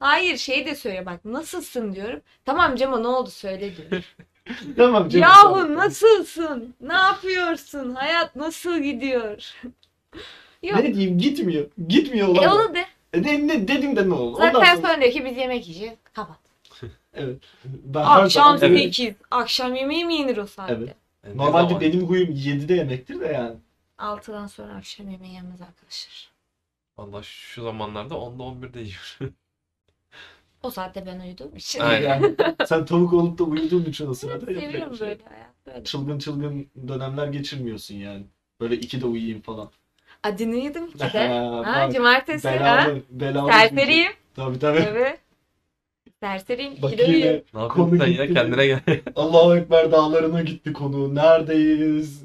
Speaker 1: Hayır şey de söyle bak, nasılsın diyorum. Tamam Cema ne oldu söyle diyor.
Speaker 2: Tamam canım.
Speaker 1: Yahu
Speaker 2: tamam.
Speaker 1: nasılsın? Ne yapıyorsun? Hayat nasıl gidiyor? Yok.
Speaker 2: Ne diyeyim gitmiyor. Gitmiyor
Speaker 1: E
Speaker 2: ulan.
Speaker 1: onu de.
Speaker 2: E, ne, ne dedin de ne oldu? Ondan
Speaker 1: Zaten
Speaker 2: sonra-
Speaker 1: sonra diyor ki biz yemek yiyeceğiz. Kapat.
Speaker 2: Evet. Ben her
Speaker 1: Akşam
Speaker 2: zaman-
Speaker 1: 8. Akşam yemeği mi yenir o saatte?
Speaker 2: Evet.
Speaker 4: E, ne
Speaker 2: Normalde
Speaker 4: zaman?
Speaker 2: benim huyum 7'de yemektir de yani.
Speaker 1: 6'dan sonra akşam yemeği yenmez arkadaşlar.
Speaker 4: Valla şu zamanlarda 10'da 11'de yiyorum.
Speaker 1: O saatte ben uyuduğum için.
Speaker 4: Aynen.
Speaker 2: Yani sen tavuk olup da uyuduğun için o sırada yapacak
Speaker 1: Seviyorum
Speaker 2: bir şey yok.
Speaker 1: böyle hayat böyle.
Speaker 2: Çılgın çılgın dönemler geçirmiyorsun yani. Böyle 2'de uyuyayım falan.
Speaker 1: Hadi ne yedim ki de?
Speaker 2: Ha,
Speaker 1: ha,
Speaker 2: bak,
Speaker 1: cumartesi ha?
Speaker 2: belalı, belalı.
Speaker 1: Serseriyim.
Speaker 2: Tabii tabii.
Speaker 1: Evet. Serseriyim.
Speaker 2: Bak
Speaker 1: İkide uyuyorum.
Speaker 2: yine
Speaker 4: Ne yapıyorsun
Speaker 2: Konu
Speaker 4: sen ya
Speaker 2: gitti.
Speaker 4: kendine gel.
Speaker 2: Allahu Ekber dağlarına gitti konu. Neredeyiz?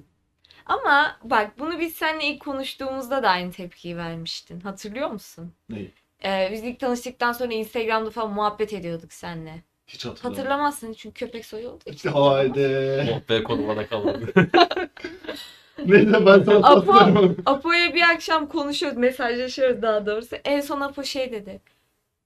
Speaker 1: Ama bak bunu biz seninle ilk konuştuğumuzda da aynı tepkiyi vermiştin. Hatırlıyor musun?
Speaker 2: Neyi?
Speaker 1: Ee, biz ilk tanıştıktan sonra Instagram'da falan muhabbet ediyorduk seninle.
Speaker 2: Hiç hatırlamıyorum.
Speaker 1: Hatırlamazsın çünkü köpek soyu olduğu için.
Speaker 2: Haydi.
Speaker 4: Oh be konu bana kalmadı.
Speaker 2: Neyse ben sana
Speaker 1: Apo.
Speaker 2: patlıyorum.
Speaker 1: Apo'ya bir akşam konuşuyoruz, mesajlaşıyoruz daha doğrusu. En son Apo şey dedi.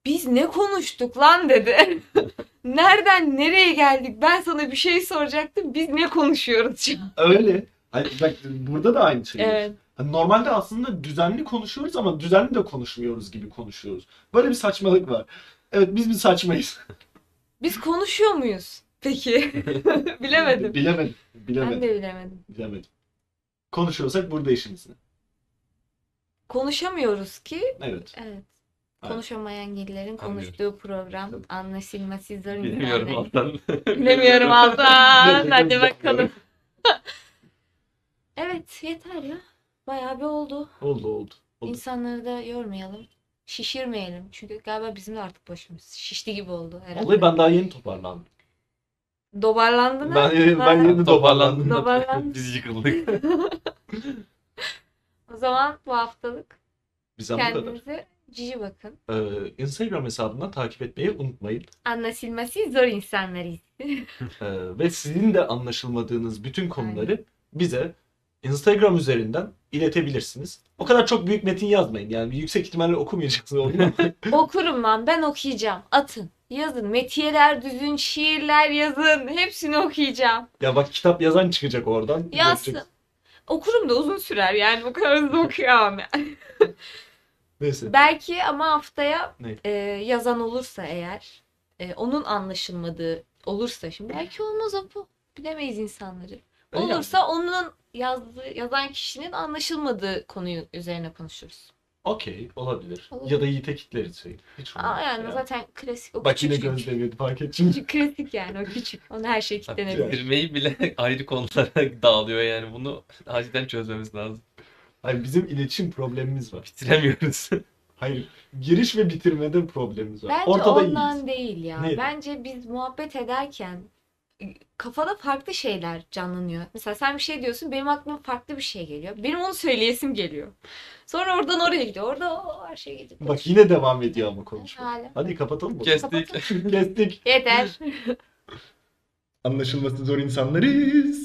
Speaker 1: Biz ne konuştuk lan dedi. Nereden nereye geldik? Ben sana bir şey soracaktım. Biz ne konuşuyoruz şu an?
Speaker 2: Öyle. Hani bak burada da aynı şey.
Speaker 1: Evet.
Speaker 2: Hani normalde aslında düzenli konuşuyoruz ama düzenli de konuşmuyoruz gibi konuşuyoruz. Böyle bir saçmalık var. Evet biz bir saçmayız.
Speaker 1: Biz konuşuyor muyuz? Peki. bilemedim.
Speaker 2: Bilemedim. Bilemedim.
Speaker 1: Ben de bilemedim.
Speaker 2: Bilemedim. Konuşuyorsak burada işimiz ne?
Speaker 1: Konuşamıyoruz ki
Speaker 2: Evet.
Speaker 1: Evet.
Speaker 2: Evet.
Speaker 1: Konuşamayan gillerin
Speaker 4: Anlıyorum.
Speaker 1: konuştuğu program anlaşılmasızların
Speaker 4: Bilmiyorum
Speaker 1: güzelleri.
Speaker 4: ondan.
Speaker 1: Bilemiyorum Altan.
Speaker 2: Bilemiyorum.
Speaker 1: Hadi bakalım. Evet yeter ya. Bayağı bir oldu.
Speaker 2: Oldu oldu. Oldu.
Speaker 1: İnsanları da yormayalım. Şişirmeyelim. Çünkü galiba bizim de artık başımız şişti gibi oldu herhalde.
Speaker 2: Vallahi ben daha yeni toparlandım.
Speaker 1: Dobarlandın ha?
Speaker 2: Ben, ben
Speaker 1: Ha.
Speaker 2: yeni toparlandım.
Speaker 1: Toparlandım.
Speaker 4: Biz yıkıldık.
Speaker 1: O zaman bu haftalık
Speaker 2: Bizden bu kadar.
Speaker 1: kendinize cici bakın.
Speaker 2: Ee, Instagram hesabından takip etmeyi unutmayın.
Speaker 1: Anlaşılması zor insanlarıyız.
Speaker 2: Ee, ve sizin de anlaşılmadığınız bütün konuları bize Instagram üzerinden iletebilirsiniz. O kadar çok büyük metin yazmayın. Yani yüksek ihtimalle okumayacaksınız onu.
Speaker 1: Okurum lan ben okuyacağım. Atın. Yazın. Metiyeler düzün, şiirler yazın. Hepsini okuyacağım.
Speaker 2: ya bak kitap yazan çıkacak oradan.
Speaker 1: Yazsın.
Speaker 2: Bakacak.
Speaker 1: Okurum da uzun sürer yani bu kadar hızlı okuyamam yani.
Speaker 2: Neyse.
Speaker 1: Belki ama haftaya
Speaker 2: Ne?
Speaker 1: e, yazan olursa eğer e, onun anlaşılmadığı olursa şimdi belki olmaz o bu. Bilemeyiz insanları.
Speaker 2: Öyle
Speaker 1: Olursa
Speaker 2: yapmayın.
Speaker 1: onun yazdığı, yazan kişinin anlaşılmadığı konuyu üzerine konuşuruz.
Speaker 2: Okey olabilir.
Speaker 1: Olur.
Speaker 2: Ya da Yiğit'e kitleriz şey. Hiç
Speaker 1: Aa,
Speaker 2: olmaz.
Speaker 1: yani
Speaker 2: Ya.
Speaker 1: zaten klasik o
Speaker 2: Bak yine
Speaker 1: küçük.
Speaker 2: gözlemedi fark et şimdi.
Speaker 1: Çünkü klasik yani o küçük. Onu her şey kitlenebilir.
Speaker 4: Bitirmeyi bile ayrı konulara dağılıyor yani. Bunu acilen çözmemiz lazım.
Speaker 2: Hayır, bizim iletişim problemimiz var.
Speaker 4: Bitiremiyoruz.
Speaker 2: Hayır giriş ve bitirmede problemimiz var.
Speaker 1: Bence
Speaker 2: Ortada
Speaker 1: ondan
Speaker 2: iyiyiz.
Speaker 1: değil ya.
Speaker 2: Neydi?
Speaker 1: Bence biz muhabbet ederken e, kafada farklı şeyler canlanıyor. Mesela sen bir şey diyorsun, benim aklıma farklı bir şey geliyor. Benim onu söyleyesim geliyor. Sonra oradan oraya gidiyor. Orada o her şey gidiyor.
Speaker 2: Bak yine devam ediyor ama konuşma.
Speaker 1: Hala.
Speaker 2: Hadi kapatalım bunu.
Speaker 4: Kestik.
Speaker 2: Kestik.
Speaker 1: Yeter.
Speaker 2: Anlaşılması zor insanlarız.